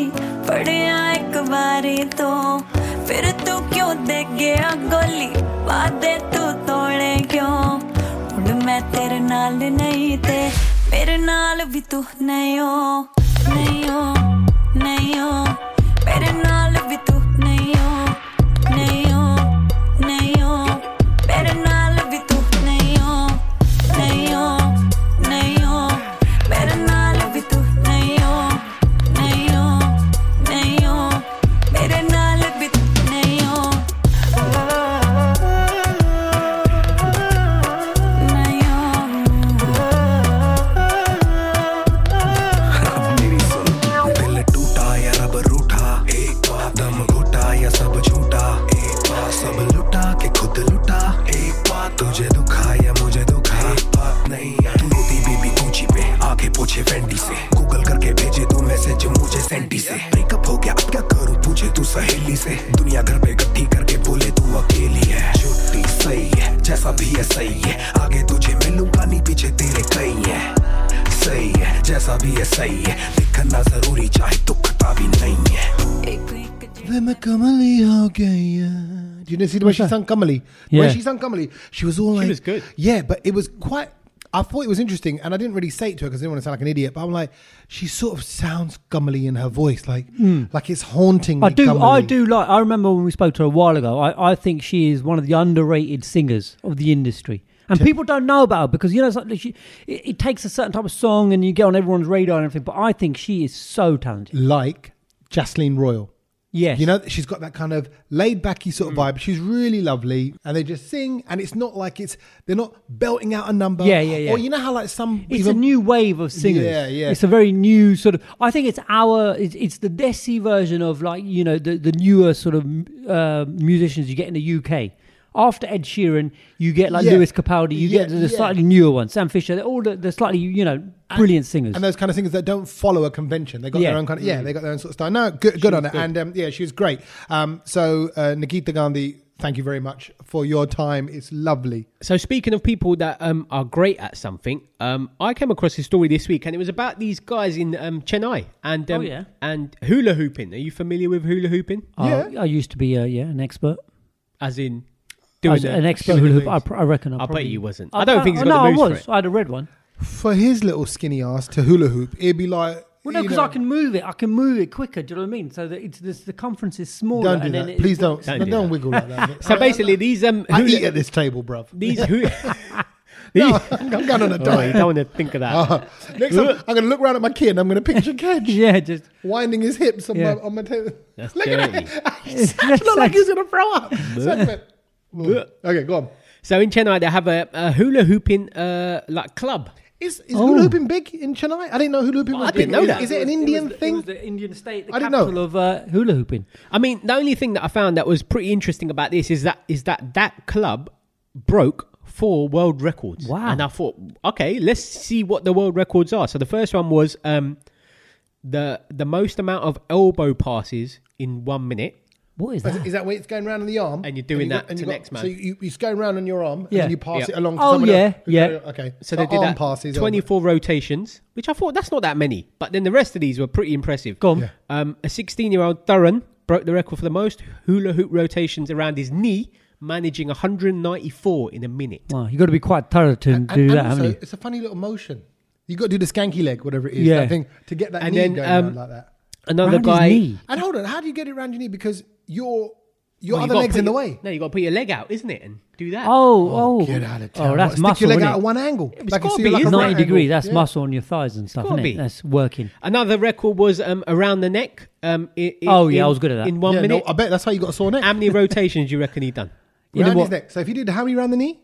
S8: पढ़िया एक बारी तो फिर तू क्यों दे गया गोली वादे तू तोड़े क्यों हुन मैं तेरे नाल नहीं ते मेरे नाल भी तू नहीं हो नहीं हो नहीं हो मेरे नाल भी तू नहीं हो नहीं हो नहीं हो मेरे नाल भी तू नहीं हो नहीं हो नहीं हो मेरे नाल भी तू नहीं हो नहीं हो नहीं हो मेरे नाल भी तू नहीं हो नहीं हो
S9: मेरी सुन दिल टूटा या रब रूठा एक बार दम घुटा या सब झूठा एक बार सब लुटा के खुद लुटा एक बार तुझे दुखा या मुझे दुखा एक बात नहीं है। तू रोती बेबी पूछी पे आगे पूछे फैंटी से गूगल करके भेजे तू मैसेज मुझे सेंटी से ब्रेकअप हो गया अब क्या करूं पूछे तू सहेली से दुनिया घर पे इकट्ठी करके बोले तू अकेली है छुट्टी सही है जैसा भी है सही है आगे तुझे मिलूंगा नहीं पीछे तेरे कई है सही है जैसा भी है सही है दिखना जरूरी चाहे दुखता भी नहीं है
S1: Do you know see the way she sang Kamali? The way
S3: Yeah.
S1: she sang Kamali, she was all like,
S4: was good.
S1: Yeah, but it was quite. I thought it was interesting, and I didn't really say it to her because I didn't want to sound like an idiot. But I'm like, she sort of sounds Kamali in her voice, like like it's haunting.
S3: Hmm. I do. I do like. I remember when we spoke to her a while ago. I, I think she is one of the underrated singers of the industry, and people don't know about her because you know it's like she, it, it takes a certain type of song, and you get on everyone's radar and everything. But I think she is so talented.
S1: like Jaslyn Royal.
S3: Yes, Hmm.
S1: You know, she's got that kind of laid backy sort of vibe. She's really lovely, and they just sing, and it's not like it's they're not belting out a number.
S3: Yeah, yeah, yeah.
S1: Or you know how like some
S3: It's
S1: even-
S3: a new wave of singers.
S1: Yeah, yeah.
S3: It's a very new sort of. I think it's our. It's, it's the Desi version of like you know the the newer sort of uh, musicians you get in the UK. After Ed Sheeran, you get like
S1: Yeah.
S3: Lewis Capaldi. You get
S1: Yeah,
S3: the, the
S1: yeah.
S3: slightly newer ones, Sam Fisher. They're all the, the slightly you know brilliant singers.
S1: and those kind of singers that don't follow a convention. They got
S3: Yeah. Mm.
S1: their own kind of yeah, they got their own sort of style. No, good, good on it. And um, yeah, she was great. Um, so uh, Nikita Gandhi, thank you very much for your time. It's lovely.
S4: So speaking of people that um, are great at something, um, I came across this story this week, and it was about these guys in um, Chennai and um,
S3: Oh, yeah.
S4: and hula hooping. Are you familiar with hula hooping?
S3: I- I used to be uh, yeah an expert.
S4: As in
S3: I
S4: doing
S3: was
S4: the-
S3: an expert
S1: shooting the
S3: hula hoop. I, pr- I reckon. I,
S4: I
S3: probably,
S4: bet you wasn't. I don't think he's got
S3: no,
S4: the moves
S3: I
S4: for
S3: was.
S4: it.
S3: I had a red one.
S1: For his little skinny ass to hula hoop, it'd be like
S3: Well, no,
S1: you
S3: because
S1: know,
S3: I can move it. I can move it quicker. Do you know what I mean? So that it's the circumference is smaller.
S1: Don't do
S3: and then
S1: that.
S3: it-
S1: Please don't. Don't,
S4: Don't do that.
S1: wiggle like
S3: (laughs)
S1: that.
S4: So basically, these um,
S1: I
S4: hula-
S1: eat at this table, bruv.
S4: these hula.
S1: (laughs) I'm going
S3: (laughs)
S1: on a
S4: Oh, you
S1: diet. (laughs)
S4: don't want to think of that.
S1: Uh-huh. Next time, I'm going to look round at my kid and I'm going to picture
S3: (laughs)
S1: Kedge
S3: Yeah, just
S1: winding his hips on
S3: Yeah.
S1: my, on my table.
S4: That's
S1: look at
S4: dirty.
S1: it. (laughs) it's not like he's going to throw up.
S4: (laughs)
S1: Segment. okay, go on.
S4: So in Chennai, they have a, a hula hooping uh, like club.
S1: Is, is
S4: Oh.
S1: hula hooping big in Chennai? I didn't know hula hooping was
S4: I didn't
S1: big.
S4: know
S1: Is-
S4: that.
S1: is it an Indian
S3: It
S1: thing?
S3: was the Indian state, the
S1: I didn't know.
S3: capital of uh, hula hooping.
S4: I mean, the only thing that I found that was pretty interesting about this is that is that that club broke four world records.
S3: Wow.
S4: And I thought, okay, let's see what the world records are. So the first one was um, the the most amount of elbow passes in one minute.
S3: What is
S1: Is,
S3: that?
S1: is that when it's going round on the arm?
S4: And you're doing
S1: you
S4: that to next man.
S1: So you, you, it's going round on your arm
S3: Yeah.
S1: and you pass
S4: Yeah.
S1: it along to
S3: Oh,
S1: someone
S3: yeah,
S1: else.
S3: yeah.
S1: Okay.
S4: So
S3: Uh,
S4: they did
S1: arm
S4: that
S1: passes.
S4: 24 rotations, which I thought that's not that many. But then the rest of these were pretty impressive.
S3: Go on. Yeah.
S4: Um, a 16 year old Thuran broke the record for the most hula hoop rotations around his knee, managing 194 in a minute.
S3: Wow, you got to be quite thorough to
S1: And,
S3: do
S1: and
S3: that,
S1: also,
S3: haven't you?
S1: it's a funny little motion. You've got to do the skanky leg, whatever it is,
S3: Yeah.
S1: that thing, to get that
S4: And
S1: knee
S4: then,
S1: going
S4: um,
S1: round like that.
S4: Another
S3: Round his
S4: guy.
S3: knee.
S1: And hold on, how do you get it round your knee? Because your your
S4: Well, you
S1: other
S4: gotta
S1: leg's
S4: put
S1: in the
S4: your-
S1: way.
S4: No, you got to put your leg out, isn't it? And do that.
S3: Oh, oh,
S1: Get out of town.
S3: oh, that's
S1: Stick
S3: muscle.
S1: your leg
S3: innit?
S1: out at one angle.
S4: It's
S1: Like a-
S4: gotta
S1: so
S4: be,
S1: you're like a
S4: isn't it?
S1: right
S3: 90 degrees.
S1: angle.
S3: That's
S1: Yeah.
S3: muscle on your thighs and stuff,
S4: gotta
S3: isn't
S4: be.
S3: it? That's working.
S4: Another record was um, around the neck. Um, i- i-
S3: Oh, yeah,
S4: in-
S3: I was good at that.
S4: In one
S1: Yeah, no,
S4: minute.
S1: I bet that's how you got a sore neck.
S4: How many rotations do you reckon he done?
S3: You know
S1: round his
S3: what?
S1: neck. So if you did how many round the knee?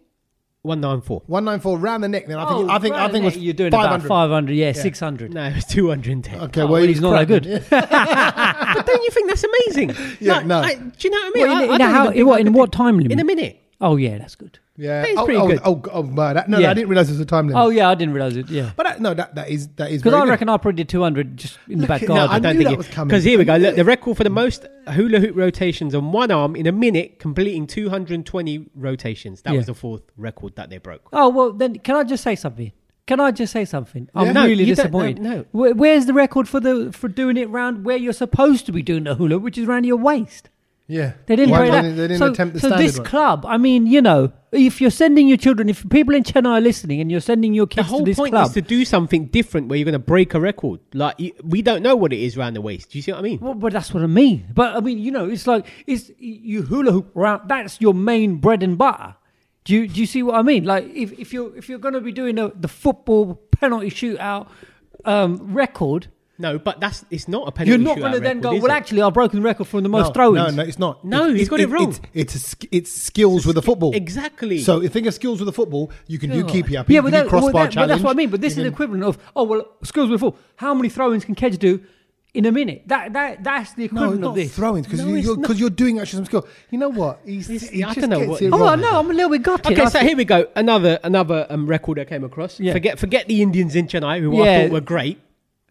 S4: 194.
S1: One nine four round the neck. Then I think
S3: Oh,
S1: I think I
S3: right,
S1: think it was
S3: you're doing
S1: 500.
S3: about 500, yeah, 600.
S4: (laughs) No, it was 210.
S1: Okay,
S3: Oh,
S1: well,
S3: well,
S1: he
S3: he's
S1: was
S3: not that
S1: cracking.
S3: good.
S4: But don't you think that's amazing?
S1: Yeah, no.
S4: I, do you know what I mean?
S3: Well, in-
S4: I- I
S3: in
S4: don't
S3: how-
S4: even think
S3: what,
S4: I
S3: in
S4: could
S3: what
S4: do-
S3: time limit?
S4: In a minute.
S3: Oh, yeah, that's good.
S1: Yeah.
S4: That is
S1: oh,
S4: pretty
S1: oh,
S4: good.
S1: Oh, oh, my, that, no,
S3: Yeah.
S1: I didn't realize it was a time limit.
S3: Oh yeah, I didn't realize it. Yeah,
S1: But that, no, that, that is that is
S3: because
S1: very
S3: I
S1: good.
S3: reckon I probably did 200 just in the back
S1: it, now,
S3: garden.
S1: I
S4: don't
S1: knew
S4: think
S1: that
S4: it,
S1: was coming.
S4: Because here we go. Look, the record for the most hula hoop rotations on one arm in a minute, completing 220 rotations. That
S3: Yeah.
S4: was the fourth record that they broke.
S3: Oh well, then can I just say something? Can I just say something? I'm
S4: Yeah. No,
S3: really
S4: you don't-
S3: disappointed.
S4: no, no.
S3: Where, where's the record for the for doing it round where you're supposed to be doing the hula, which is round your waist?
S1: Yeah.
S3: They didn't
S1: Why
S3: break that.
S1: didn't- They didn't
S3: so,
S1: attempt the
S3: so
S1: standard
S3: this
S1: one.
S3: club, I mean, you know, if you're sending your children, if people in Chennai are listening and you're sending your
S4: The
S3: kids
S4: whole
S3: to this
S4: point
S3: club,
S4: is to do something different where you're going to break a record. Like, you, we don't know what it is around the waist. Do you see what I mean?
S3: Well, but that's what I mean. But I mean, you know, it's like it's you hula hoop around. That's your main bread and butter. Do you do you see what I mean? Like if, if you're if you're going to be doing the the football penalty shootout um, record,
S4: No, but that's it's not a penalty.
S3: you're not
S4: going
S3: going to then go. Well, actually, I've broken the record from the most
S1: no,
S3: throw-ins.
S1: No, no, it's not.
S4: No, he's got it wrong.
S1: It's, it's, a sk- it's skills with a football.
S4: exactly.
S1: So if think of skills with a football, you can do keepy up.
S3: yeah,
S1: Yeah,
S3: but,
S1: you
S3: that,
S1: can do crossbar
S3: well, that- but
S1: challenge.
S3: that's what I mean. But this
S1: you
S3: is the
S1: can-
S3: equivalent of oh well, schools before. How many throw-ins can Kedge do in a minute? That that that's the
S1: No,
S3: equivalent
S1: not
S3: of this.
S1: throwing because
S3: No, it's
S1: you, are
S3: not.
S1: because you're doing actually some skill. You know what? He's,
S4: It's-
S1: he
S4: I
S1: just
S4: don't know
S1: gets
S4: what-
S1: it
S3: Oh, I
S1: wrong.
S3: know. I'm a little bit gutted.
S4: Okay,
S3: I
S4: so
S3: think-
S4: here we go. Another another um, record I came across.
S3: Yeah.
S4: Forget forget the Indians in Chennai, who I
S3: Yeah.
S4: thought were great.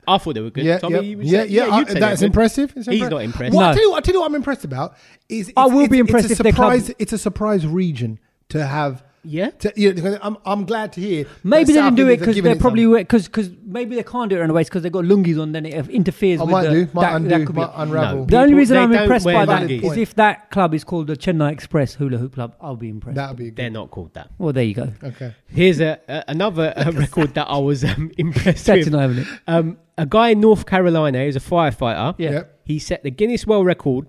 S4: I thought they were good.
S1: Yeah,
S4: Tommy,
S1: yeah,
S4: you would
S1: yeah,
S4: say-
S1: yeah, I-
S4: you'd say they're
S1: that's
S4: good.
S1: impressive. It's
S4: He's not impressed.
S1: Well,
S3: No.
S1: I tell you, what, I tell you what I'm impressed about is
S3: I
S1: it's-
S3: will
S1: it's-
S3: be impressed
S1: It's a
S3: if they
S1: surprise.
S3: come-
S1: It's a surprise region to have.
S4: Yeah.
S1: to- you know, I'm I'm glad to hear. that
S3: Maybe they
S1: South
S3: didn't do it
S1: Indians are
S3: because
S1: giving
S3: they're
S1: some.
S3: probably because because maybe they can't do it in a waist because they got lungis on. Then it interferes.
S1: I
S3: with
S1: might
S3: the,
S1: do. Might
S3: that,
S1: undo.
S3: that could be-
S1: might unravel.
S3: the only
S4: People-
S3: reason
S4: they
S3: I'm
S4: don't
S3: impressed
S4: wear
S3: by that
S1: lungis.
S3: is if that club is called the Chennai Express Hula Hoop Club, I'll be impressed.
S1: That would be
S4: They're
S1: good.
S4: not called that.
S3: well, there you go.
S1: Okay.
S4: Here's a, a another uh, record that I was um, (laughs) impressed
S3: That's
S4: with.
S3: not having it.
S4: Um, a guy in North Carolina who's a firefighter.
S3: Yeah.
S1: Yep.
S4: He set the Guinness World Record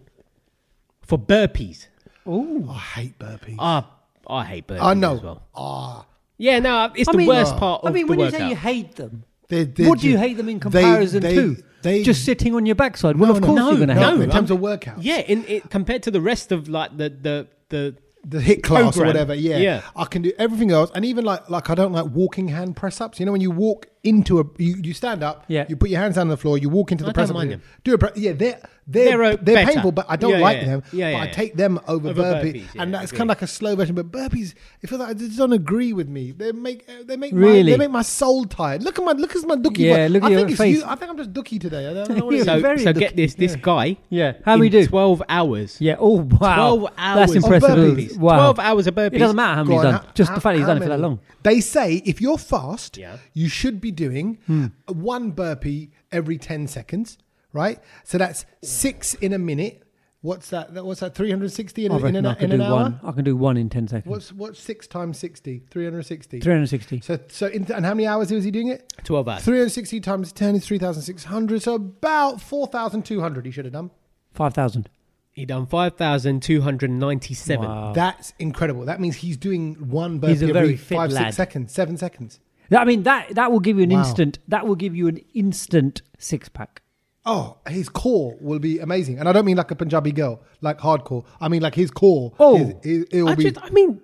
S4: for burpees.
S1: Oh, I hate burpees.
S4: Ah, I hate burpees.
S1: I know.
S4: As well.
S1: Ah,
S4: Yeah, no, it's
S3: I
S4: the
S3: mean-
S4: worst part of
S3: I mean,
S4: the
S3: when you
S4: workout.
S3: say you hate them,
S1: They're- they're
S3: what do you
S1: ju-
S3: hate them in
S1: they-
S3: comparison
S1: they-
S3: to?
S1: they-
S3: Just sitting on your backside. Well,
S1: No,
S3: of
S1: no,
S3: course
S1: no,
S3: you're going to
S1: no,
S3: hate
S1: in
S3: them.
S1: terms of workouts.
S4: yeah, in it, compared to the rest of like the the the
S1: the hit class
S4: Program.
S1: or whatever. Yeah.
S4: Oh, Yeah.
S1: I can do everything else, and even like like I don't like walking hand press ups. You know, when you walk into a you, you stand up,
S3: Yeah.
S1: you put your hands down on the floor, you walk into the
S4: I
S1: press
S4: don't
S1: up,
S4: mind them.
S1: do a press. Yeah, they're they're
S4: They're, uh,
S1: they're,
S4: better.
S1: painful, but I don't
S4: Yeah,
S1: like
S4: yeah.
S1: them.
S4: Yeah,
S1: but
S4: yeah,
S1: I
S4: yeah.
S1: take them over,
S4: Over
S1: burpees,
S4: burpees, yeah,
S1: and that's
S4: agree.
S1: kind of like a slow version. But burpees, I feel like they just don't agree with me. They make uh, they make
S3: Really?
S1: my, they make my soul tired. Look at my look at my dookie.
S3: Yeah,
S1: voice.
S3: look at
S1: I
S3: your
S1: think it's
S3: face.
S1: you. I think I'm just dookie today. I don't know what it is.
S4: (laughs)
S3: You're
S4: so,
S3: very
S4: so
S3: lucky.
S4: get this this guy
S3: Yeah. How we
S4: in
S3: do?
S4: twelve hours
S3: Yeah. Oh wow.
S4: 12
S3: That's
S4: hours of
S3: impressive.
S1: burpees.
S3: Wow.
S4: 12 hours of burpees.
S3: It doesn't matter how many
S1: Go
S3: he's
S1: on,
S3: done.
S1: how-
S3: Just the
S1: how-
S3: fact that he's
S1: how
S3: done it for that
S1: many?
S3: long.
S1: They say if you're fast,
S4: Yeah.
S1: you should be doing
S3: Hmm.
S1: one burpee every 10 seconds, right? So that's six in a minute. What's that? That- What's that? 360 in,
S3: I
S1: a- in
S3: reckon
S1: an,
S3: I
S1: in
S3: can do
S1: an hour?
S3: one. I can do one in ten seconds.
S1: What's what's six times 60? 360.
S3: 360.
S1: So, so in, and how many hours was he doing it?
S4: twelve
S3: Uh,
S4: hours.
S1: 360 times 10 is 3,600. So about 4,200 he should have done.
S3: 5,000.
S4: He done five thousand two hundred ninety seven.
S1: That's incredible. That means he's doing one burpee
S3: Ah. He's a very
S1: every
S3: fit
S1: five,
S3: lad.
S1: six seconds, seven seconds.
S3: I mean that that will give you an
S1: Wow.
S3: instant that will give you an instant six pack.
S1: Oh, his core will be amazing, and I don't mean like a Punjabi girl, like hardcore. I mean like his core.
S3: Oh.
S1: is- is- it will
S4: I,
S1: be
S4: just, I mean,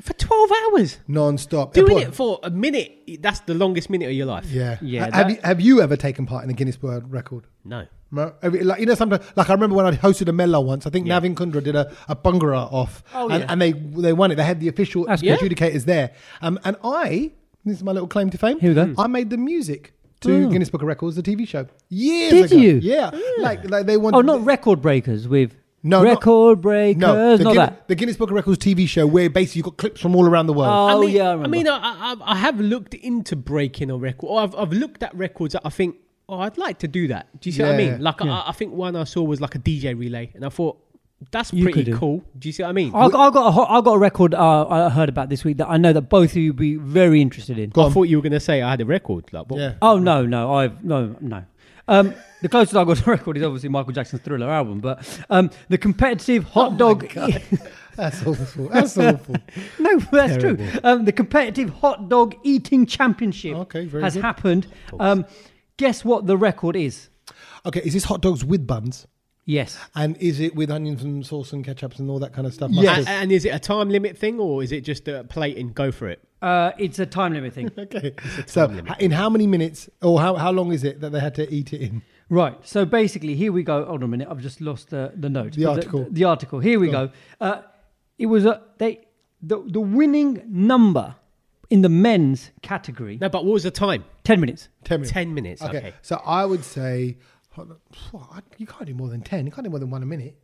S4: for twelve hours,
S1: non-stop.
S4: doing
S1: Yeah,
S4: it for a minute. That's the longest minute of your life.
S1: yeah,
S3: Yeah,
S1: Ha- Have
S3: that-
S1: you have you ever taken part in a Guinness World Record?
S4: No.
S1: No? Every- Like you know, sometimes like I remember when I hosted a Mello once. I think
S4: Yeah.
S1: Navin Kundra did a, a Bhangra off,
S3: Oh,
S1: and,
S3: yeah.
S1: and they they won it. They had the official
S3: That's good.
S1: adjudicators there, um, and I this is my little claim to fame.
S3: Here we go.
S1: I made the music. To
S3: Oh.
S1: Guinness Book of Records, the TV show. Years
S3: Did
S1: ago.
S3: you? Mm.
S1: Yeah. Like, like they wanted.
S3: Oh, not record breakers with
S1: Mm. No, not-
S3: record breakers.
S1: No,
S3: No,
S1: the,
S3: not
S1: Guinness,
S3: that.
S1: the Guinness Book of Records TV show where basically you've got clips from all around the world.
S3: Oh
S4: I mean,
S3: yeah, I,
S4: I,
S3: remember.
S1: uh,
S4: mean, I, I, I have looked into breaking a record, or I've, I've looked at records that I think, oh, I'd like to do that. Do you see what I
S1: Yeah.
S4: mean? Like, I, I think one I saw was like a DJ relay, and I thought that's
S3: You Oh, could
S4: pretty
S3: do.
S4: cool. Do you see what I mean?
S3: I, got, I got a ho- I got a record uh, I heard about this week that I know that both of you would be very interested in.
S4: I thought you were going to say I had a record. Like, what?
S1: yeah.
S3: Oh no, no, I've no, no. Um, the closest I got to record is obviously Michael Jackson's Thriller album, but um, the competitive
S1: Oh
S3: hot dog. (laughs)
S1: That's awful. That's awful.
S3: No, (laughs) but that's true. Um, the competitive hot dog eating championship
S1: Okay, very
S3: has
S1: good.
S3: happened. Um, guess what the record is?
S1: Okay, is this hot dogs with buns?
S3: Yes.
S1: And is it with onions and sauce and ketchups and all that kind of stuff?
S4: A-
S1: Mustard?
S3: Uh,
S4: And, is it a time limit thing, or is it just a plate and go for it?
S3: Uh, it's a time limit
S1: (laughs)
S3: thing.
S1: Okay. So, h- in how many minutes or how, how long is it that they had to eat it in?
S3: right. So basically, here we go. Hold on a minute. I've just lost the, the note.
S1: The
S3: But
S1: article.
S3: The, article. Here we
S1: Go
S3: go.
S1: on.
S3: Uh, it was a, they the the winning number in the men's category.
S4: No, but what was the time?
S3: Ten minutes.
S1: 10 minutes.
S4: Ten minutes. Okay.
S1: So I would say, hold on, phew, I- you can't do more than 10. You can't do more than one a minute.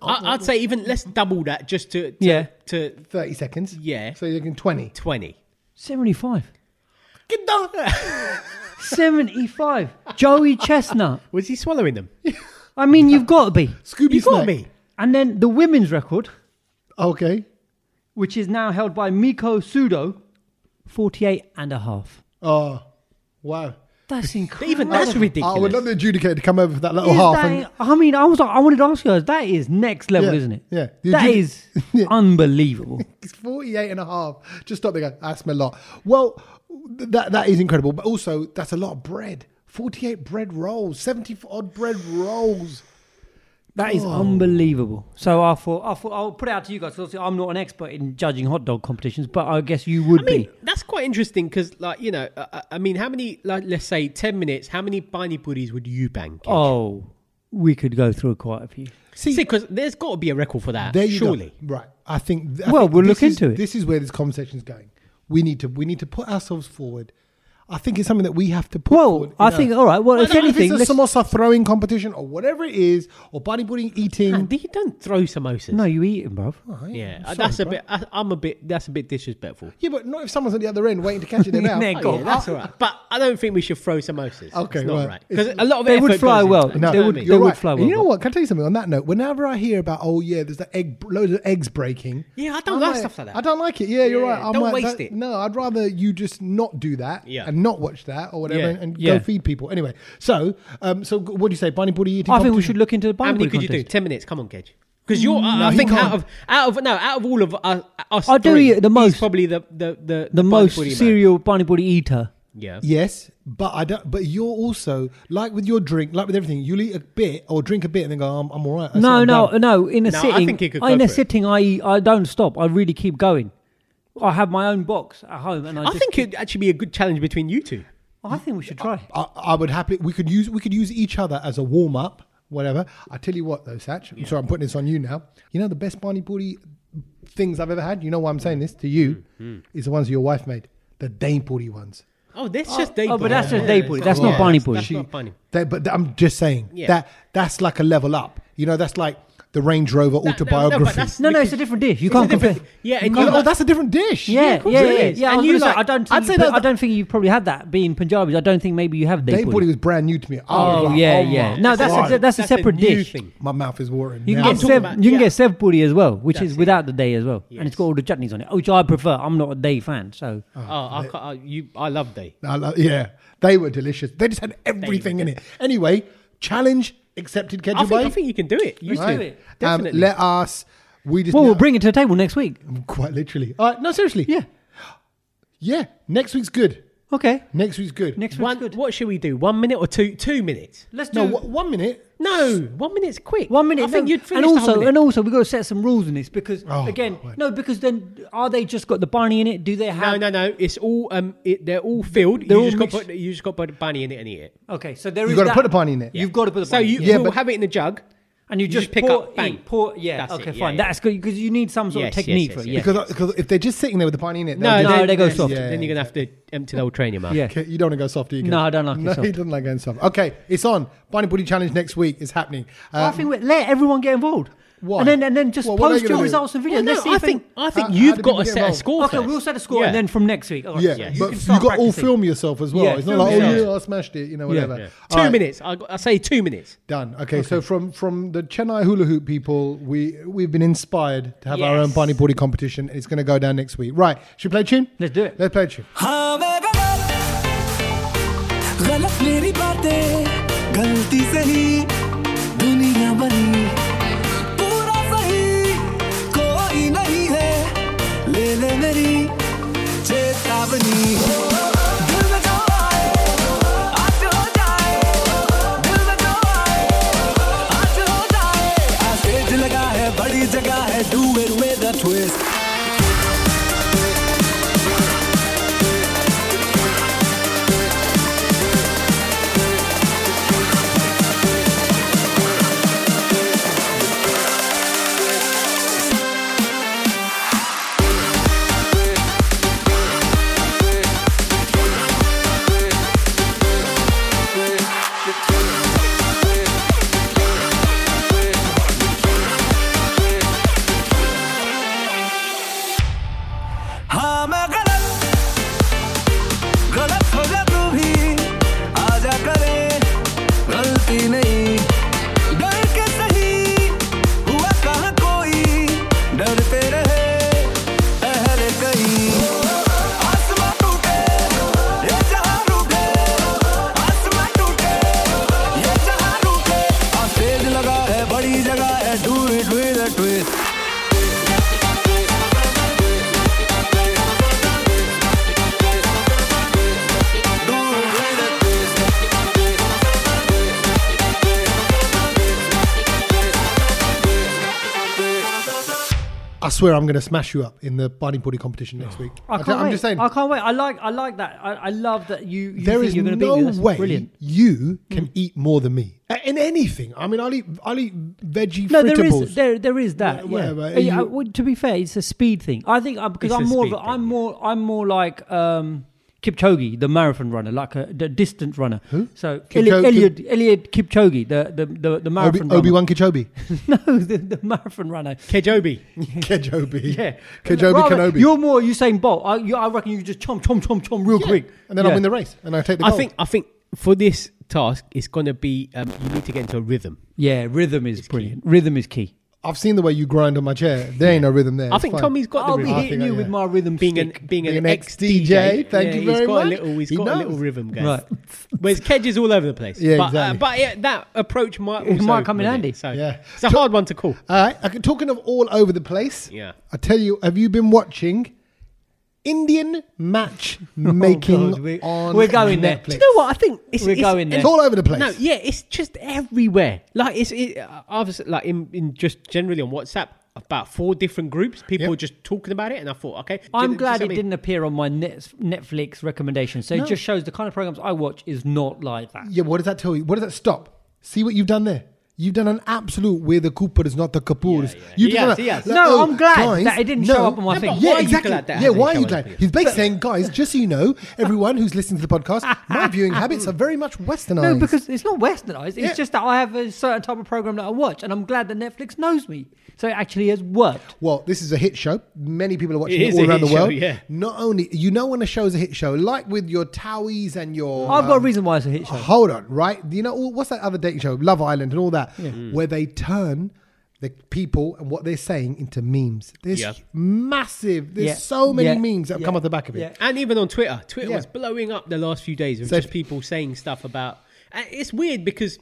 S4: I, I'd say even let's double that just to, to
S3: Yeah.
S4: to
S1: 30 seconds.
S4: Yeah.
S1: So you're looking 20.
S4: twenty.
S3: Seventy-five.
S1: Get
S4: (laughs)
S1: down.
S3: 75. (laughs) Joey Chestnut.
S4: Was he swallowing them?
S3: I mean, you've got to be.
S1: Scooby
S4: You got
S1: Snack.
S4: me.
S3: And then the women's record,
S1: Okay.
S3: which is now held by Miko Sudo, 48 and a half.
S1: Oh, wow.
S3: That's incredible.
S4: (laughs) Even that's ridiculous.
S1: I would love the adjudicator to come over for that little
S3: Is
S1: half.
S3: that-
S1: and,
S3: I mean, I was like, I wanted to ask you guys, that is next level,
S1: Yeah,
S3: isn't it?
S1: yeah. The
S3: That
S1: adjudi- (laughs)
S3: is unbelievable.
S1: It's 48 and a half. Just stop there. go, That's my lot. Well, th- that that is incredible. But also, that's a lot of bread. 48 bread rolls, 70 odd bread rolls.
S3: That is
S1: Oh.
S3: unbelievable. So I thought, I thought I'll put it out to you guys. 'cause Obviously, I'm not an expert in judging hot dog competitions, but I guess you would
S4: I mean,
S3: be.
S4: that's quite interesting because, like, you know, I- I, I mean, how many, like, let's say, ten minutes? How many binding putties would you bang?
S3: Oh, we could go through quite a few.
S4: see, because there's got to be a record for that.
S1: There you
S4: surely.
S1: go. Right. I think. th- I
S3: Well,
S1: think
S3: we'll
S1: this
S3: look
S1: is-
S3: into it.
S1: This is where this conversation is going. We need to we need to put ourselves forward. I think it's something that we have to put
S3: Well,
S1: forward.
S3: I
S1: you know.
S3: think, all right, well,
S1: I
S3: if
S1: don't know
S3: anything,
S1: it's
S3: let's-
S1: a samosa throwing competition or whatever it is, or bodybuilding eating.
S4: Man, you don't throw samosas.
S3: no, you eat them, bruv.
S1: Oh,
S4: Yeah,
S1: Sorry,
S4: that's a
S1: bro.
S4: bit. I, I'm a bit. That's a bit disrespectful.
S1: Yeah, but not if someone's at the other end waiting to catch it
S3: (laughs)
S1: in their mouth.
S3: There you
S4: Oh,
S3: go.
S4: yeah, that's all right. But I don't think we should throw samosas.
S1: Okay,
S4: it's not
S1: well,
S4: right. Because a lot of
S3: They would
S4: effort
S3: fly
S4: goes into
S3: well.
S4: it, you
S3: No,
S4: know
S3: they
S4: what I
S3: would-
S4: mean?
S3: they
S1: You're
S3: would
S1: right.
S3: flow
S1: And
S3: well,
S1: you know
S3: but-
S1: what? Can I tell you something on that note? Whenever I hear about, oh yeah, there's that egg, loads of eggs breaking.
S4: Yeah, I don't
S1: I'm
S4: like stuff like that.
S1: I don't like it. Yeah, you're
S4: Yeah,
S1: right. I'm
S4: don't
S1: like,
S4: waste
S1: that-
S4: it.
S1: No, I'd rather you just not do that
S4: Yeah.
S1: and not watch that or whatever
S4: Yeah.
S1: and, and
S3: Yeah.
S1: go feed people. Anyway, so um, so g- what do you say? Bunny body eating.
S3: I think we
S1: competition?
S3: should look into the
S4: How
S3: binding
S4: many could you do? Ten minutes. Come on, Kedge. Because
S3: Mm,
S4: you're, I I
S1: he
S4: think, out
S1: can't.
S4: of out of no, out of all of us, us
S3: I'll do
S4: three,
S3: you the
S4: he's
S3: most-
S4: Probably the the the,
S3: The
S4: binding
S3: most
S4: putty man.
S3: serial bunny body eater.
S4: Yeah.
S1: Yes, but I don't. But you're also like with your drink, like with everything. You'll eat a bit or drink a bit and then go, "Um, I'm, I'm all right. That's it,
S3: No,
S1: I'm
S3: no,
S1: done."
S3: no. In a
S4: No, I
S3: sitting,
S4: think he could go
S3: in
S4: for
S3: a
S4: it.
S3: sitting, I eat- I don't stop. I really keep going. I have my own box at home, and I,
S4: I
S3: just
S4: think it'd actually be a good challenge between you two.
S3: I think we should try.
S1: I, I would happily. We could use we could use each other as a warm up. Whatever. I tell you what, though, Satch. I'm sorry, I'm putting this on you now. You know the best Barney Puri things I've ever had. You know why I'm saying this to you?
S4: Mm-hmm.
S1: Is the ones your wife made. The Dane Puri ones.
S4: Oh, that's just day.
S3: oh, but
S4: pudding.
S3: that's just
S4: Yeah,
S3: day
S4: yeah,
S3: pudding.
S4: yeah.
S3: That's not
S4: Yeah,
S3: bunny
S4: that's-
S3: pudding.
S4: That's not bunny.
S1: They, but I'm just saying
S4: Yeah.
S1: that that's like a level up. You know, that's like the Range Rover
S4: That- no, no, but
S1: autobiography.
S4: that's-
S3: No, no, it's a different dish. You
S4: It's a
S3: can't compare.
S4: different- Yeah, and
S1: Oh,
S4: you
S1: oh,
S4: like-
S1: that's a different dish.
S3: Yeah,
S1: cool.
S3: yeah,
S4: it
S3: yeah.
S4: is.
S3: yeah I,
S4: And
S3: was
S4: you
S3: gonna say,
S4: like-
S3: I don't.
S1: I'd
S3: Think
S1: say
S3: you, pro-
S1: that-
S3: I don't think you probably had that being Punjabis. I don't think maybe you have day
S1: Dane Puri
S3: pudding.
S1: was brand new to me.
S3: Oh,
S1: like,
S3: yeah,
S1: my
S3: yeah. No, that's
S1: God.
S3: a, that's a
S4: That's a
S3: separate
S4: new
S3: dish.
S4: thing.
S1: my mouth is watering.
S3: You can
S1: now.
S3: get
S4: talking
S3: sev,
S4: about-
S3: you can
S4: yeah.
S3: get sev puri as well, which
S4: That's
S3: is
S4: it.
S3: without the day as well, and
S4: Yes.
S3: it's got all the chutneys on it, which I prefer. I'm not a day fan, so
S4: Oh, I, can't, I, you, I love day.
S1: I lo- yeah, they were delicious. They just had everything in it. Anyway, challenge accepted.
S4: I think,
S1: Kedjabay.
S4: I think you can do it. You
S3: Right.
S4: two.
S3: do it.
S1: Um,
S4: Definitely.
S1: let us. We just
S3: well, we'll
S1: know-
S3: bring it to the table next week.
S1: quite literally. Uh, no, seriously.
S3: Yeah.
S1: yeah. Next week's good.
S3: Okay.
S1: Next week's good.
S3: Next week's
S4: One,
S3: good.
S4: What should we do? One minute or two? Two minutes?
S3: Let's do
S1: no, wha- one minute.
S4: No, one minute's quick.
S3: one minute.
S4: I think
S3: no,
S4: you'd finish
S3: and
S4: the whole
S3: also,
S4: minute.
S3: and also, we've got to set some rules in this because
S1: Oh,
S3: again,
S1: my word.
S3: no, because then are they just got the Barney in it? Do they
S4: No,
S3: have?
S4: no, no. It's all um, it, they're all filled.
S3: They're
S4: you,
S3: all
S4: just got
S3: mixed.
S4: put, you just got put bunny in it and eat it.
S3: Okay, so there
S1: You've
S3: is
S1: got to
S3: that.
S1: put a Barney in it.
S3: You've got to put the
S4: So
S3: Barney.
S4: you
S3: yeah.
S4: will
S1: but-
S4: have it in the jug.
S3: and you
S4: you
S3: just,
S4: just pick
S3: pour
S4: up, bang.
S3: in, pour, yeah,
S4: That's it,
S3: okay,
S4: yeah,
S3: fine.
S4: yeah.
S3: That's good because you need some sort
S4: Yes,
S3: of
S4: yes,
S3: technique
S4: yes,
S3: for it.
S4: yes,
S3: Yeah.
S1: Because because if they're just sitting there with the Barney in it,
S3: No,
S1: they're
S3: no, they go
S4: then-
S3: soft.
S4: Then you're gonna have to empty the whole train your mouth.
S3: Yeah.
S1: Okay, you don't want to go soft, do you?
S3: No,
S1: Kev?
S3: I don't like it
S1: No, (laughs)
S3: soft.
S1: you don't like going soft. Okay, it's on. Barney Booty Challenge next week is happening.
S3: Well, Oh, I
S1: Uh,
S3: think we let everyone get involved.
S1: Why?
S3: And then and then just
S1: Well, what are they
S3: post your
S1: gonna do?
S3: results and videos.
S4: Well, no,
S3: Let's see
S4: I
S3: if
S4: think
S3: any-
S4: I think
S1: How- how
S4: you've
S1: do
S4: got
S1: people
S4: to
S1: get
S4: set a
S1: involved?
S4: score.
S3: Okay,
S4: first.
S3: we'll set a score
S4: Yeah.
S3: and then from next week. all right,
S1: yeah,
S4: Yeah,
S1: but
S4: you
S1: you,
S4: can
S1: got
S3: start
S1: all
S3: practicing.
S1: film yourself as well.
S3: Yeah,
S1: it's not
S3: film
S1: like, oh,
S4: yourself.
S1: yeah, I smashed it, you know,
S3: Yeah.
S1: whatever.
S4: Yeah. Two
S1: All right.
S4: minutes. I, I say two minutes.
S1: Done. Okay, so from from the Chennai hula hoop people, we we've been inspired to have our own
S3: Yes.
S1: bunny body competition. It's going to go down next week. Right? Should we play a tune?
S3: Let's do it.
S1: Let's play a tune.
S5: हाँ मैं गलत गलत मेरी बातें गलती से ही दुनिया बनी पूरा सही कोई नहीं है ले ले मेरी चेतावनी दिल में जो आए, आज हो जाए। दिल में जो आए, आज हो जाए। आज stage लगा है बड़ी जगह है do it with a twist हाँ मैं गलत गलत हो जा तू भी आ जा करे गलती नहीं डर के सही हुआ कहाँ कोई डरते रहे अहले कहीं आसमां टूटे ये जहां रूठे आसमां टूटे ये जहां रूठे और तेज लगा है बड़ी जगह है do it do it do it
S1: I swear I'm going to smash you up in the Barney Potty competition next week.
S3: I
S1: tell-
S3: can't
S1: I'm
S3: wait.
S1: just saying.
S3: I can't wait. I like. I like that. I, I love that you. you
S1: there
S3: think
S1: is
S3: you're gonna beat
S1: no
S3: me. That's
S1: way
S3: Brilliant. Hmm.
S1: you can eat more than me A- in anything. I mean, I'll eat, I'll eat veggie
S3: No, there
S1: frittables.
S3: is there there is that.
S1: Wha-
S3: yeah.
S1: whatever,
S3: Uh, yeah,
S1: you-
S3: I- well, to be fair, it's a speed thing. I think uh, because
S4: It's a
S3: I'm more of
S4: speed
S3: a,
S4: thing,
S3: I'm more I'm more like um, Kipchoge, the marathon runner, like a the distance runner. Who? So Eli-
S1: Kipcho-
S3: Eliud Eliud Kipchoge, the the the, the marathon runner.
S1: Obi Wan Kenobi.
S3: (laughs) no, the, the marathon runner.
S4: Kejobi.
S1: Kenobi.
S3: Yeah,
S1: (laughs) Kenobi
S3: Rather,
S1: Kenobi.
S3: You're more Usain Bolt. I, you, I reckon you just chomp chomp chomp chomp real
S1: Yeah.
S3: quick,
S1: And then I
S3: Yeah.
S1: win the race and I take the
S4: I
S1: gold.
S4: think I think for this task, it's gonna be um, you need to get into a rhythm.
S3: Yeah, rhythm is brilliant. Rhythm is key.
S1: I've seen the way you grind on my chair. There ain't no rhythm there.
S4: I
S1: It's
S4: think
S1: fine.
S4: Tommy's got
S3: I'll
S4: the
S3: be
S4: rhythm.
S1: I
S3: hitting
S1: think I-
S3: you with
S1: yeah.
S3: my rhythm
S4: being an
S3: stick.
S4: being an,
S1: Being an
S4: ex
S1: ex-DJ,
S4: DJ.
S1: thank you very
S4: he's got
S1: much.
S4: A little, he's
S1: He
S4: got
S1: knows.
S4: a little rhythm game.
S3: Right.
S4: Whereas Kedge is all over the place.
S1: Yeah,
S4: but, uh,
S1: exactly.
S4: but yeah, that approach might
S3: It
S4: also
S3: might come in
S4: win it.
S3: handy.
S4: So
S1: Yeah.
S4: it's a hard one to call.
S1: All right. Okay, talking of all over the place.
S4: Yeah.
S1: I tell you, have you been watching Indian match
S3: (laughs) Oh,
S1: making
S3: God, we-
S1: on
S3: we're going there.
S1: Netflix?
S3: Do
S4: You know what? I think it's,
S3: We're
S4: it's,
S3: going there.
S1: It's all over the place.
S4: No, yeah, it's just everywhere. Like it's it, uh, obviously like in, in just generally on WhatsApp, about four different groups. People
S1: Yep.
S4: were just talking about it, and I thought, okay,
S3: I'm
S4: did-
S3: glad
S4: does
S3: it
S4: that mean-
S3: didn't appear on my Net- Netflix recommendation. So it just shows the kind of programs I watch is not like that.
S1: Yeah, what does that tell you? What does that stop? See what you've done there. You've done an absolute where the Cooper is not the Kapoor's. You've
S4: He
S1: done
S4: has,
S1: a- oh,
S4: he has.
S3: No, I'm glad that it didn't show up on my
S1: No,
S3: thing.
S1: Yeah,
S4: Why are you
S1: exactly.
S4: glad that
S1: yeah,
S4: hasn't
S1: why are
S4: come
S1: you
S4: up
S1: glad?
S4: here?
S1: He's basically saying, guys, just so you know, everyone who's listening to the podcast,
S3: (laughs)
S1: my viewing habits are very much westernized.
S3: No, because it's not westernized. It's
S1: Yeah.
S3: just that I have a certain type of program that I watch, and I'm glad that Netflix knows me. So it actually has worked.
S1: Well, this is a hit show. Many people are watching
S4: It
S1: it,
S4: is
S1: all
S4: a
S1: around the
S4: hit show,
S1: world.
S4: yeah.
S1: Not only you know when a show is a hit show, like with your Towies and your
S3: I've got a
S1: um,
S3: reason why it's a hit show.
S1: Hold on, right? You know oh, what's that other dating show, Love Island, and all that,
S3: Hmm.
S1: where they turn the people and what they're saying into memes. There's
S4: Yeah.
S1: massive. There's
S3: Yeah.
S1: so many
S3: Yeah.
S1: memes that have
S3: Yeah.
S1: come off the back of it.
S3: Yeah.
S4: And even on Twitter, Twitter
S1: Yeah.
S4: was blowing up the last few days of
S1: So-
S4: just people saying stuff about. and It's weird because,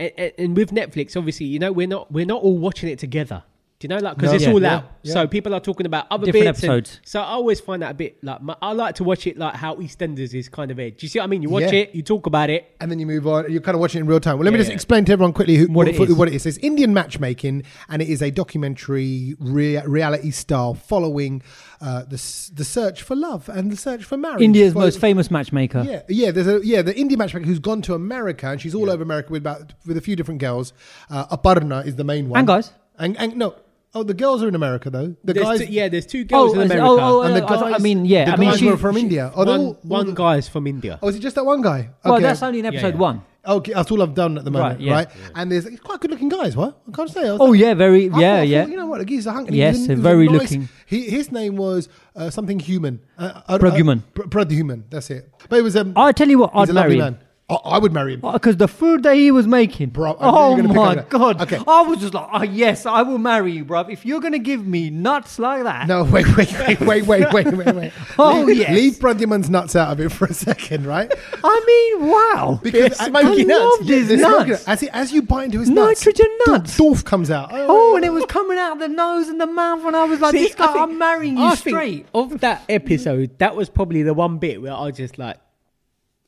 S4: and, and with Netflix, obviously, you know, we're not we're not all watching it together. Do you know, like because
S3: No.
S4: it's
S3: Yeah,
S4: all
S3: yeah,
S4: out, so people are talking about other
S3: Different
S4: bits and-
S3: episodes.
S4: so I always find that a bit like my, I like to watch it like how EastEnders is kind of it. Do you see what I mean? You watch
S1: Yeah.
S4: it, you talk about it,
S1: and then you move on. You're kind of watching it in real time. Well, let me
S4: Yeah,
S1: just
S4: yeah.
S1: explain to everyone quickly who, what,
S3: What
S1: it
S3: it
S1: is.
S3: is.
S1: what it is. It's Indian matchmaking, and it is a documentary rea- reality style following uh, the s- the search for love and the search for marriage.
S3: India's
S1: Fo-
S3: most famous matchmaker.
S1: Yeah, yeah. There's a yeah. The indie matchmaker who's gone to America and she's all over America with about with a few different girls. Uh, Aparna is the main one.
S3: And guys.
S1: And, and no, oh, the girls are in America though. The
S4: There's
S1: guys.
S4: two- yeah, there's two girls
S3: Oh,
S4: in
S3: is it-
S4: America.
S3: oh, oh,
S1: And
S3: oh,
S1: the
S3: I, thought- I
S1: guys-
S3: mean, yeah.
S1: the
S3: I mean,
S1: guys
S3: she-
S1: were from
S3: she-
S1: India. Oh, they're
S4: one,
S1: all- all
S4: one
S1: the-
S4: guy is from India.
S1: Oh, is it just that one guy?
S3: Well, that's only in episode
S4: yeah.
S3: one.
S1: Okay, that's all I've done at the moment, right?
S3: Right, yeah.
S1: And there's it's quite good-looking guys. What I can't say. I was
S3: Oh
S1: like-
S3: yeah, very
S1: I
S3: yeah
S1: thought- I
S3: yeah.
S1: thought, You know what? He's a hunk. and
S3: Yes,
S1: he was-
S3: a
S1: he was
S3: very
S1: nice-
S3: looking-
S1: He, his name was uh, something human. Uh, uh,
S3: Pradyuman.
S1: Uh, Pr- Pradyuman. That's it. But it was. Um,
S3: I tell you what,
S1: he's
S3: I'd
S1: a lovely
S3: marry
S1: man.
S3: him Oh.
S1: I, I would marry him.
S3: because Uh, the food that he was making,
S1: Bro, I knew you were
S3: Oh
S1: gonna pick up
S3: my
S1: that.
S3: god!
S1: Okay.
S3: I was just like, oh yes, I will marry you, bruv. If you're gonna give me nuts like that,
S1: No, (laughs) wait, wait, wait, wait, wait, wait,
S3: (laughs)
S1: wait, wait.
S3: Oh,
S1: leave,
S3: yes.
S1: Leave Brundyman's nuts out of it for a second,
S3: (laughs)
S1: right?
S3: I mean, wow.
S1: Because
S3: I loved his
S1: They're smoking
S3: nuts.
S1: it. As, he, as you bite into his
S3: Nitrogen
S1: nuts,
S3: nuts.
S1: dor- Dorf comes out.
S3: Oh, and it was coming out of the nose and the mouth, and I was like,
S4: See,
S3: "This guy,
S4: I think-
S3: I'm marrying you
S4: I think
S3: straight."
S4: Of that episode, that was probably the one bit where I just like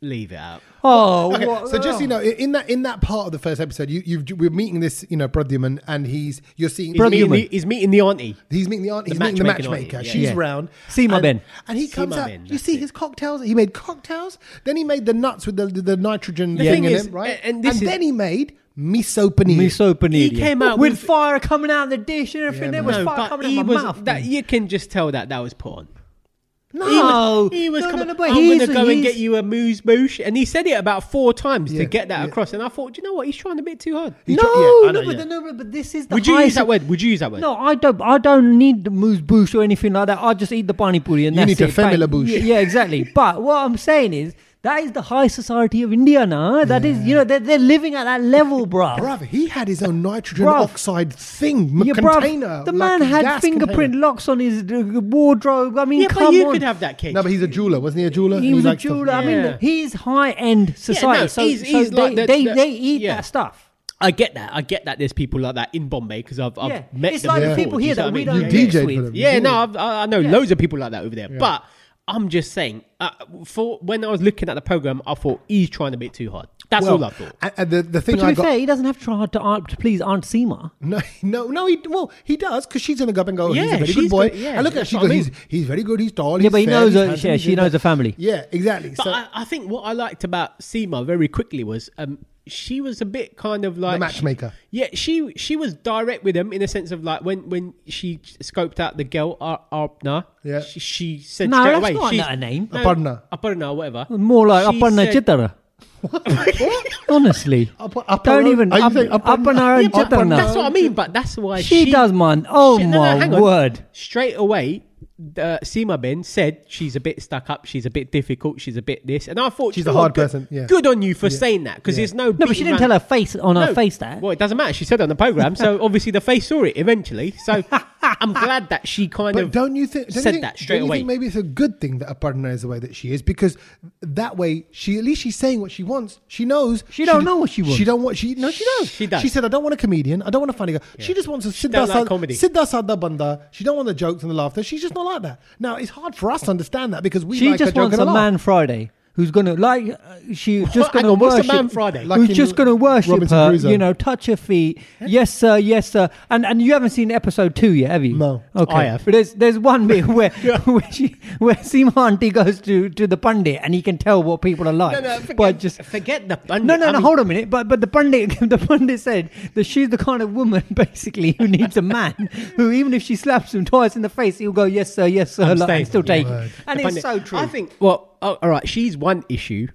S4: leave it out.
S3: Oh,
S1: Okay,
S3: what-
S1: so just so you know, i- in that in that part of the first episode, you you we're meeting this you know Brundyman, and he's you're seeing
S4: He's, meeting
S1: He's
S4: the, he's meeting the auntie.
S1: He's meeting the aunt. He's meeting the
S4: matchmaking
S1: matchmaker.
S4: auntie, yeah.
S1: She's
S3: Yeah.
S1: round.
S3: See my
S1: and,
S3: Ben.
S1: And he comes
S4: my
S1: out.
S4: Ben,
S1: you
S4: that's
S1: see
S4: it.
S1: his cocktails. He made cocktails. Then he made the nuts with the the, the nitrogen thing
S4: thing
S1: in
S4: is,
S1: them, right?
S4: a- and this is-
S1: then he made miso paneer.
S3: miso
S4: He
S3: paneer.
S4: came out
S3: with,
S4: with-
S3: fire coming out of the dish and everything.
S1: Yeah,
S3: there
S1: man.
S3: was
S1: No,
S3: fire coming out of my mouth.
S4: that you can just tell that that was put on.
S3: No,
S4: He was, he was
S3: Oh, no,
S4: coming,
S3: no, no, but
S4: I'm
S3: he's
S4: going to go and
S3: he's-
S4: get you a moose moosh. And he said it about four times
S1: Yeah,
S4: to get that
S1: yeah.
S4: across. And I thought, "Do you know what? He's trying a bit too hard.
S1: He
S3: no,
S1: tri- yeah, I know,
S3: no, but,
S1: yeah.
S3: no, but- but this is the
S4: Would you use
S3: highest-
S4: that word? Would you use that word?
S3: No, I don't. I don't need the moose bush or anything like that. I just eat the pani puri and
S1: You
S3: that's
S1: need the
S3: it. Bang.
S1: family bush.
S3: Yeah, yeah, exactly.
S4: (laughs)
S3: but what I'm saying is that is the high society of India now. That is, you know, they're, they're living at that level, bruh.
S1: Bruv, he had his own nitrogen
S3: Bruv.
S1: oxide thing, m-
S3: Yeah, bruv,
S1: container.
S3: the
S1: like
S3: man
S1: a
S3: had
S1: gas
S3: fingerprint
S1: container.
S3: locks on his uh, wardrobe. I mean,
S4: Yeah,
S3: come
S4: but you
S3: on.
S4: could have that cake.
S1: No, but he's a jeweler, wasn't he? A jeweler.
S3: he
S1: And
S3: was
S1: he
S3: a
S1: liked stuff-
S3: jeweler. I mean,
S4: Yeah.
S3: he's high end society. so
S4: he's-
S3: so
S4: he's
S3: they,
S4: like the-
S3: they,
S4: the-
S3: they eat
S4: yeah.
S3: that stuff.
S4: I get that. I get that. There's people like that in Bombay because I've, I've
S3: Yeah.
S4: met
S3: It's
S4: them
S3: like the
S4: before,
S3: people
S4: do you
S3: here
S4: see
S3: that
S4: what I
S3: we
S4: mean?
S3: don't
S1: You
S3: get
S1: DJ'd
S3: with.
S1: for them.
S4: Yeah,
S1: didn't
S4: no,
S1: you?
S4: I've, I I know loads of people like that over there. But I'm just saying, uh, for when I was looking at the program, I thought he's trying a bit too hard. That's all I thought.
S1: and- and the, the thing
S3: But to
S1: I
S3: be
S1: got.
S3: fair, he doesn't have to try hard to, aunt, to please Aunt Seema.
S1: No, (laughs) no, no. He well, he does because she's gonna go up and go. he's a
S4: Yeah,
S1: very good
S4: she's
S1: boy.
S4: good, yeah,
S1: and look at
S4: that's
S1: she
S4: what I
S1: goes.
S4: mean.
S1: He's, he's very good. He's tall.
S3: Yeah,
S1: he's
S3: but he
S1: fair,
S3: knows
S1: he's
S3: her.
S1: handsome,
S3: Yeah,
S1: he's
S3: she
S1: good."
S3: knows her family.
S1: Yeah, exactly.
S4: But
S1: so
S4: I, I think what I liked about Seema very quickly was um, she was a bit kind of like
S1: The matchmaker.
S4: Yeah, she she was direct with him in a sense of like when when she scoped out the girl Ar- Arpna,
S1: Yeah.
S4: she, she said
S3: No,
S4: straight
S3: that's
S4: away
S3: not
S4: she's-
S3: her name.
S1: Aparna.
S4: Aparna, whatever.
S3: More like
S4: She
S3: Aparna
S4: said-
S3: Chitara. (laughs) Honestly.
S1: Apa- apa-
S3: Don't even.
S1: Are you
S3: Up,
S1: saying apa-
S3: Aparna
S1: Yeah, but
S3: Chitara.
S4: That's what I mean, but that's why
S3: She
S4: she,
S3: does mine. Oh my
S4: hang on.
S3: word.
S4: Straight away, uh, Seema Ben said she's a bit stuck up, she's a bit difficult, she's a bit this, and I thought
S1: She's
S4: you
S1: a
S4: know
S1: hard
S4: what, good-
S1: person, yeah.
S4: Good on you for saying that because there's no.
S3: No, but she didn't tell her face on her face that.
S4: Well, it doesn't matter. She said it on the program,
S3: (laughs)
S4: so obviously the face saw it eventually. So I'm glad that she kind
S1: But
S4: of
S1: don't you think? Don't
S4: said
S1: you think,
S4: that straight
S1: don't you
S4: away.
S1: think maybe it's a good thing that Aparna is the way that she is because that way she at least she's saying what she wants. She knows
S3: She don't know what she wants.
S1: She don't want. She no. She does.
S4: She does.
S1: She said, "I don't want a comedian. I don't want a funny guy. She just wants a Siddha
S4: don't like
S1: like
S4: comedy.
S1: Siddha Sadda Banda. She don't want the jokes and the laughter. She's just not like that. Now it's hard for us to understand that because we
S3: She
S1: like
S3: just
S1: a joke
S3: wants
S1: and
S3: a
S1: laugh.
S3: man Friday who's gonna like. uh, She just
S4: Hang
S3: gonna
S4: on, what's a
S3: worship.
S4: man Friday?
S1: Like
S3: who's
S1: in
S3: just gonna worship
S1: Robinson
S3: her?
S1: Crusoe.
S3: You know, touch her feet. Yes, sir. Yes, sir. And and you haven't seen episode two yet, have you?
S1: No.
S3: Okay.
S4: I have.
S3: But there's there's
S4: (laughs)
S3: one bit where (laughs) where she where Seema auntie goes to to the pundit and he can tell what people are like.
S4: No, no, forget,
S3: but just
S4: forget the pundit.
S3: no, no,
S4: I
S3: no.
S4: mean,
S3: Hold on a minute. But but the pundit, (laughs) the pundit said that she's the kind of woman, (laughs) basically, who needs a man who, even if she slaps him twice in the face, he'll go, "Yes, sir. Yes, sir."
S4: I'm
S3: Like,
S4: staying.
S3: and still take
S1: Word.
S3: it. And
S4: the
S3: it's
S4: pundit.
S3: so true.
S4: I think. Well, oh, all right. She's one issue.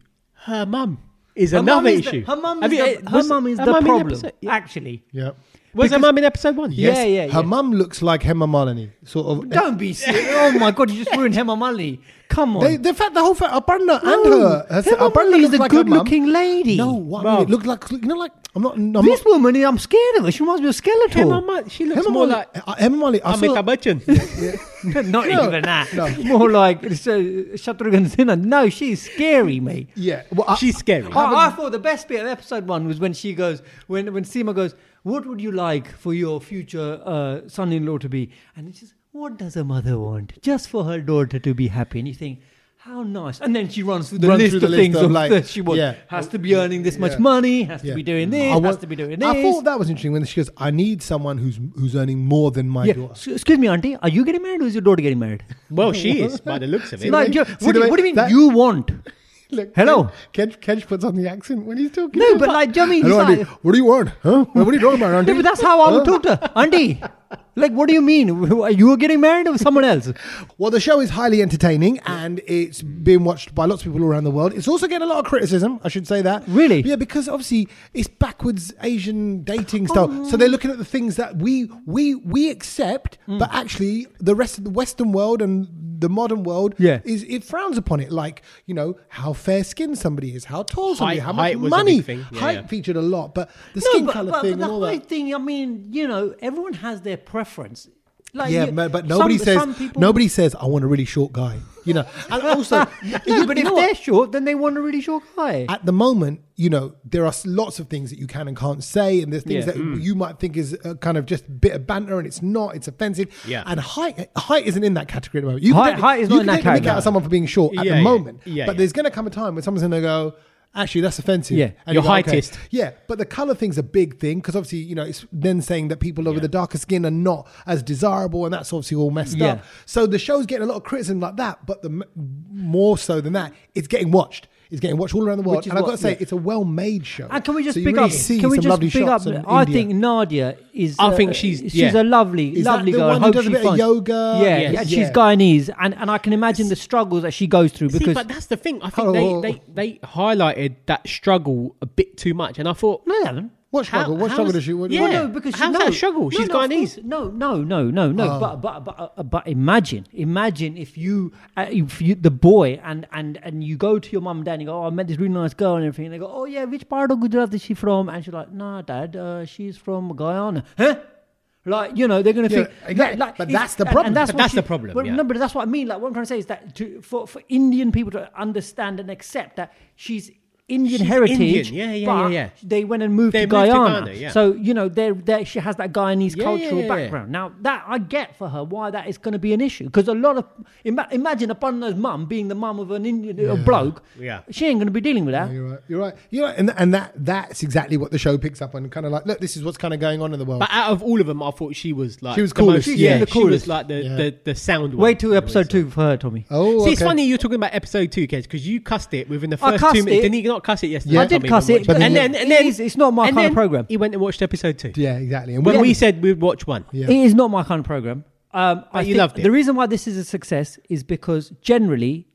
S4: Her mum is
S3: Her mum
S4: another
S3: is the-
S4: issue.
S3: her mum
S4: Have
S3: is,
S4: you-
S3: the, her
S4: was-
S3: mum is
S4: her
S3: the
S4: mum in
S3: problem.
S4: episode- yeah.
S3: Actually,
S1: Yeah.
S4: Was her mum in episode one?
S3: Yeah, yeah,
S1: Her
S3: yeah.
S1: mum looks like Hema Malini, sort of.
S3: don't be. Serious. (laughs) oh my god, you just ruined Hema Mali. Come on.
S1: They, the fact the whole fact Aparna and
S3: No,
S1: her, her
S3: Hema
S1: Aparna
S3: Malini is
S1: looks
S3: a
S1: like her mum.
S3: good-looking lady.
S1: No, what I
S4: Well-
S1: mean, it looked like you know, like I'm not. I'm
S3: this
S1: not
S3: woman, I'm scared of her. She reminds me of
S4: Her
S3: Skeletor.
S4: mum, she looks
S1: Hema
S4: more
S1: Malini-
S4: like
S1: uh, Hema Malini- I saw-
S4: Amitabh Bachchan.
S3: (laughs) Not even that. More like it's, uh, Shatrughan Sinha. No, she's scary, mate.
S1: Yeah, well, I-
S4: She's scary.
S3: Oh, I, I thought the best bit of episode one was when she goes, when when Seema goes, "What would you like for your future uh, son-in-law to be?" And it's just, "What does a mother want? Just for her daughter to be happy." And you think. How nice! And then she runs through the
S1: Runs
S3: list
S1: through the
S3: of
S1: list
S3: things
S1: of,
S3: of
S1: like,
S3: that she wants.
S1: yeah.
S3: Has to be earning this much
S1: Yeah.
S3: money. Has
S1: yeah.
S3: to be doing this.
S1: I wa-
S3: has to be doing this.
S1: I thought that was interesting when she goes, "I need someone who's who's earning more than my
S3: Yeah.
S1: daughter."
S3: S- Excuse me, auntie. Are you getting married, or is your daughter
S1: (laughs)
S3: getting married?
S4: Well, she is by the looks of it.
S3: No,
S1: way-
S3: you-
S1: see
S3: what,
S1: the
S3: do you,
S1: way
S3: what do you mean?
S1: that-
S3: you want?
S1: Look,
S3: Hello?
S1: Kedge, Kedge puts on the accent when he's talking.
S3: No, but like, do you know what I mean?
S1: Hello,
S3: It's
S1: Andy.
S3: like-
S1: what do you want? Huh? (laughs) What are you talking about, Andy?
S3: (laughs) No, but that's how I would talk to her. Auntie, like, what do you mean? (laughs) You were getting married or someone else?
S1: Well, the show is highly entertaining and it's being watched by lots of people all around the world. It's also getting a lot of criticism, I should say that.
S3: Really?
S1: Yeah, because obviously it's backwards Asian dating style.
S4: Oh.
S1: So they're looking at the things that we we we accept,
S4: Mm.
S1: but actually the rest of the Western world and the modern world
S3: Yeah.
S1: is it frowns upon it. Like, you know, how fair skinned somebody is, how tall somebody,
S4: Height-
S1: how much
S4: height was a
S1: money.
S4: big thing. Yeah,
S1: height
S4: yeah.
S1: featured a lot, but the skin colour thing
S3: the
S1: and all
S3: whole
S1: that.
S3: thing. I mean, you know, everyone has their preference. Like,
S1: Yeah,
S3: you-
S1: ma- but
S3: some-
S1: nobody says
S3: some people-
S1: nobody says I want a really short guy. You know, and also,
S3: (laughs) no,
S1: you-
S3: but
S1: you
S3: if
S1: know what?
S3: they're short, then they want a really short guy.
S1: at the moment, you know, there are lots of things that you can and can't say, and there's things
S3: Yeah. Hmm.
S1: that you might think is a kind of just bit of banter, and it's not. It's offensive.
S4: Yeah.
S1: And height, height isn't in that category at the moment. You
S3: Height-
S1: can take,
S3: height is
S1: you
S3: not
S1: can
S3: in that
S1: take the mick
S3: category.
S1: out of someone for being short at
S4: Yeah,
S1: the
S4: yeah.
S1: moment,
S4: Yeah,
S1: but
S4: yeah.
S1: there's going to come a time when someone's going to go. Actually, that's offensive.
S3: Yeah.
S1: And
S4: You're
S1: you go, okay.
S4: heightist.
S1: Yeah, but the color thing's a big thing because obviously, you know, it's then saying that people over the darker skin are not as desirable, and that's obviously all messed
S3: Yeah.
S1: up. So the show's getting a lot of criticism like that, but the m- more so than that, it's getting watched. is getting watched all around the world.
S3: Which is
S1: And I've
S3: what-
S1: got to say,
S3: yeah.
S1: it's a well-made show.
S3: And can we just
S1: So you
S3: pick
S1: really
S3: up?
S1: see
S3: Can we
S1: some
S3: just
S1: lovely
S3: pick up?
S1: shots in
S3: I
S1: India.
S3: think Nadia is.
S4: I
S3: uh,
S4: think she's-
S3: she's
S4: yeah.
S3: a lovely,
S1: Is that
S3: lovely
S1: the
S3: girl. I
S1: one who
S3: hope
S1: does a
S3: she
S1: bit of
S3: finds-
S1: yoga?
S3: Yeah,
S4: Yes.
S3: yeah, she's
S1: Yeah.
S3: Guyanese, and and I can imagine the struggles that she goes through
S4: See,
S3: because
S4: but that's the thing. I
S1: Oh,
S4: think
S1: oh,
S4: they, they, they highlighted that struggle a bit too much, and I thought,
S3: (laughs) no, they haven't.
S1: What struggle? what
S4: how
S1: struggle
S4: is-
S1: does she? What,
S4: yeah.
S1: what-
S3: Well, no, because she,
S4: How's
S3: no,
S4: that a struggle?
S3: No,
S4: She's
S3: no, of
S4: Guyanese. Oh.
S3: course. No, no, no, no, no. But but but uh, but imagine, imagine if you, uh, if you, the boy, and and and you go to your mum and dad and you go, oh, I met this really nice girl and everything. And they go, oh yeah, which part of Gujarat is she from? And she's like, nah, dad, uh, she's from Guyana. Huh? Like you know, they're gonna
S1: Yeah,
S3: think.
S1: exactly. But
S3: it's-
S1: that's the
S3: and- and
S1: problem.
S4: But
S3: what
S4: that's
S3: she-
S4: the problem,
S3: Well,
S4: yeah.
S3: No, but that's what I mean. Like what I'm trying to say is that to, for for Indian people to understand and accept that she's. Indian
S4: She's
S3: heritage,
S4: Indian. Yeah, yeah,
S3: but
S4: yeah, yeah.
S3: They went and moved
S4: They
S3: to
S4: moved to
S3: Guyana,
S4: Ghana, yeah.
S3: so you know, there, there she has that Guyanese
S4: Yeah,
S3: cultural
S4: yeah, yeah.
S3: background. Now that I get for her why that is going to be an issue because a lot of ima- imagine a Bundo's mum being the mum of an Indian a bloke.
S4: Yeah.
S3: she ain't going to be dealing with that.
S1: You're right. You're right. You're right. And, and that that's exactly what the show picks up on. Kind of like, look, this is what's kind of going on in the world.
S4: but out of all of them, I thought she was like
S1: She was
S4: the most-
S1: coolest, She's
S4: yeah,
S1: the
S4: she was
S3: coolest.
S4: like the,
S1: Yeah.
S4: the, the sound. one,
S3: Wait till
S4: in a way,
S3: episode
S4: so.
S3: two for her, Tommy.
S1: oh,
S4: See, it's
S1: okay.
S4: funny you're talking about episode two, Kez, because you cussed it within the
S3: I
S4: first
S3: cussed
S4: two minutes.
S3: it.
S4: Didn't you not cuss it yesterday?
S3: I did
S4: Tommy,
S3: cuss
S4: when we
S3: it,
S4: watched
S3: but
S4: And then,
S3: it
S4: and then
S3: is- it's not my
S4: and
S3: kind of
S4: then
S3: program.
S4: He went and watched episode two.
S1: Yeah, exactly. And
S4: When
S1: when
S4: we said we'd watch one,
S1: Yeah.
S3: It is not my kind of program. Um, I
S4: you
S3: think
S4: loved it.
S3: The reason why this is a success is because generally,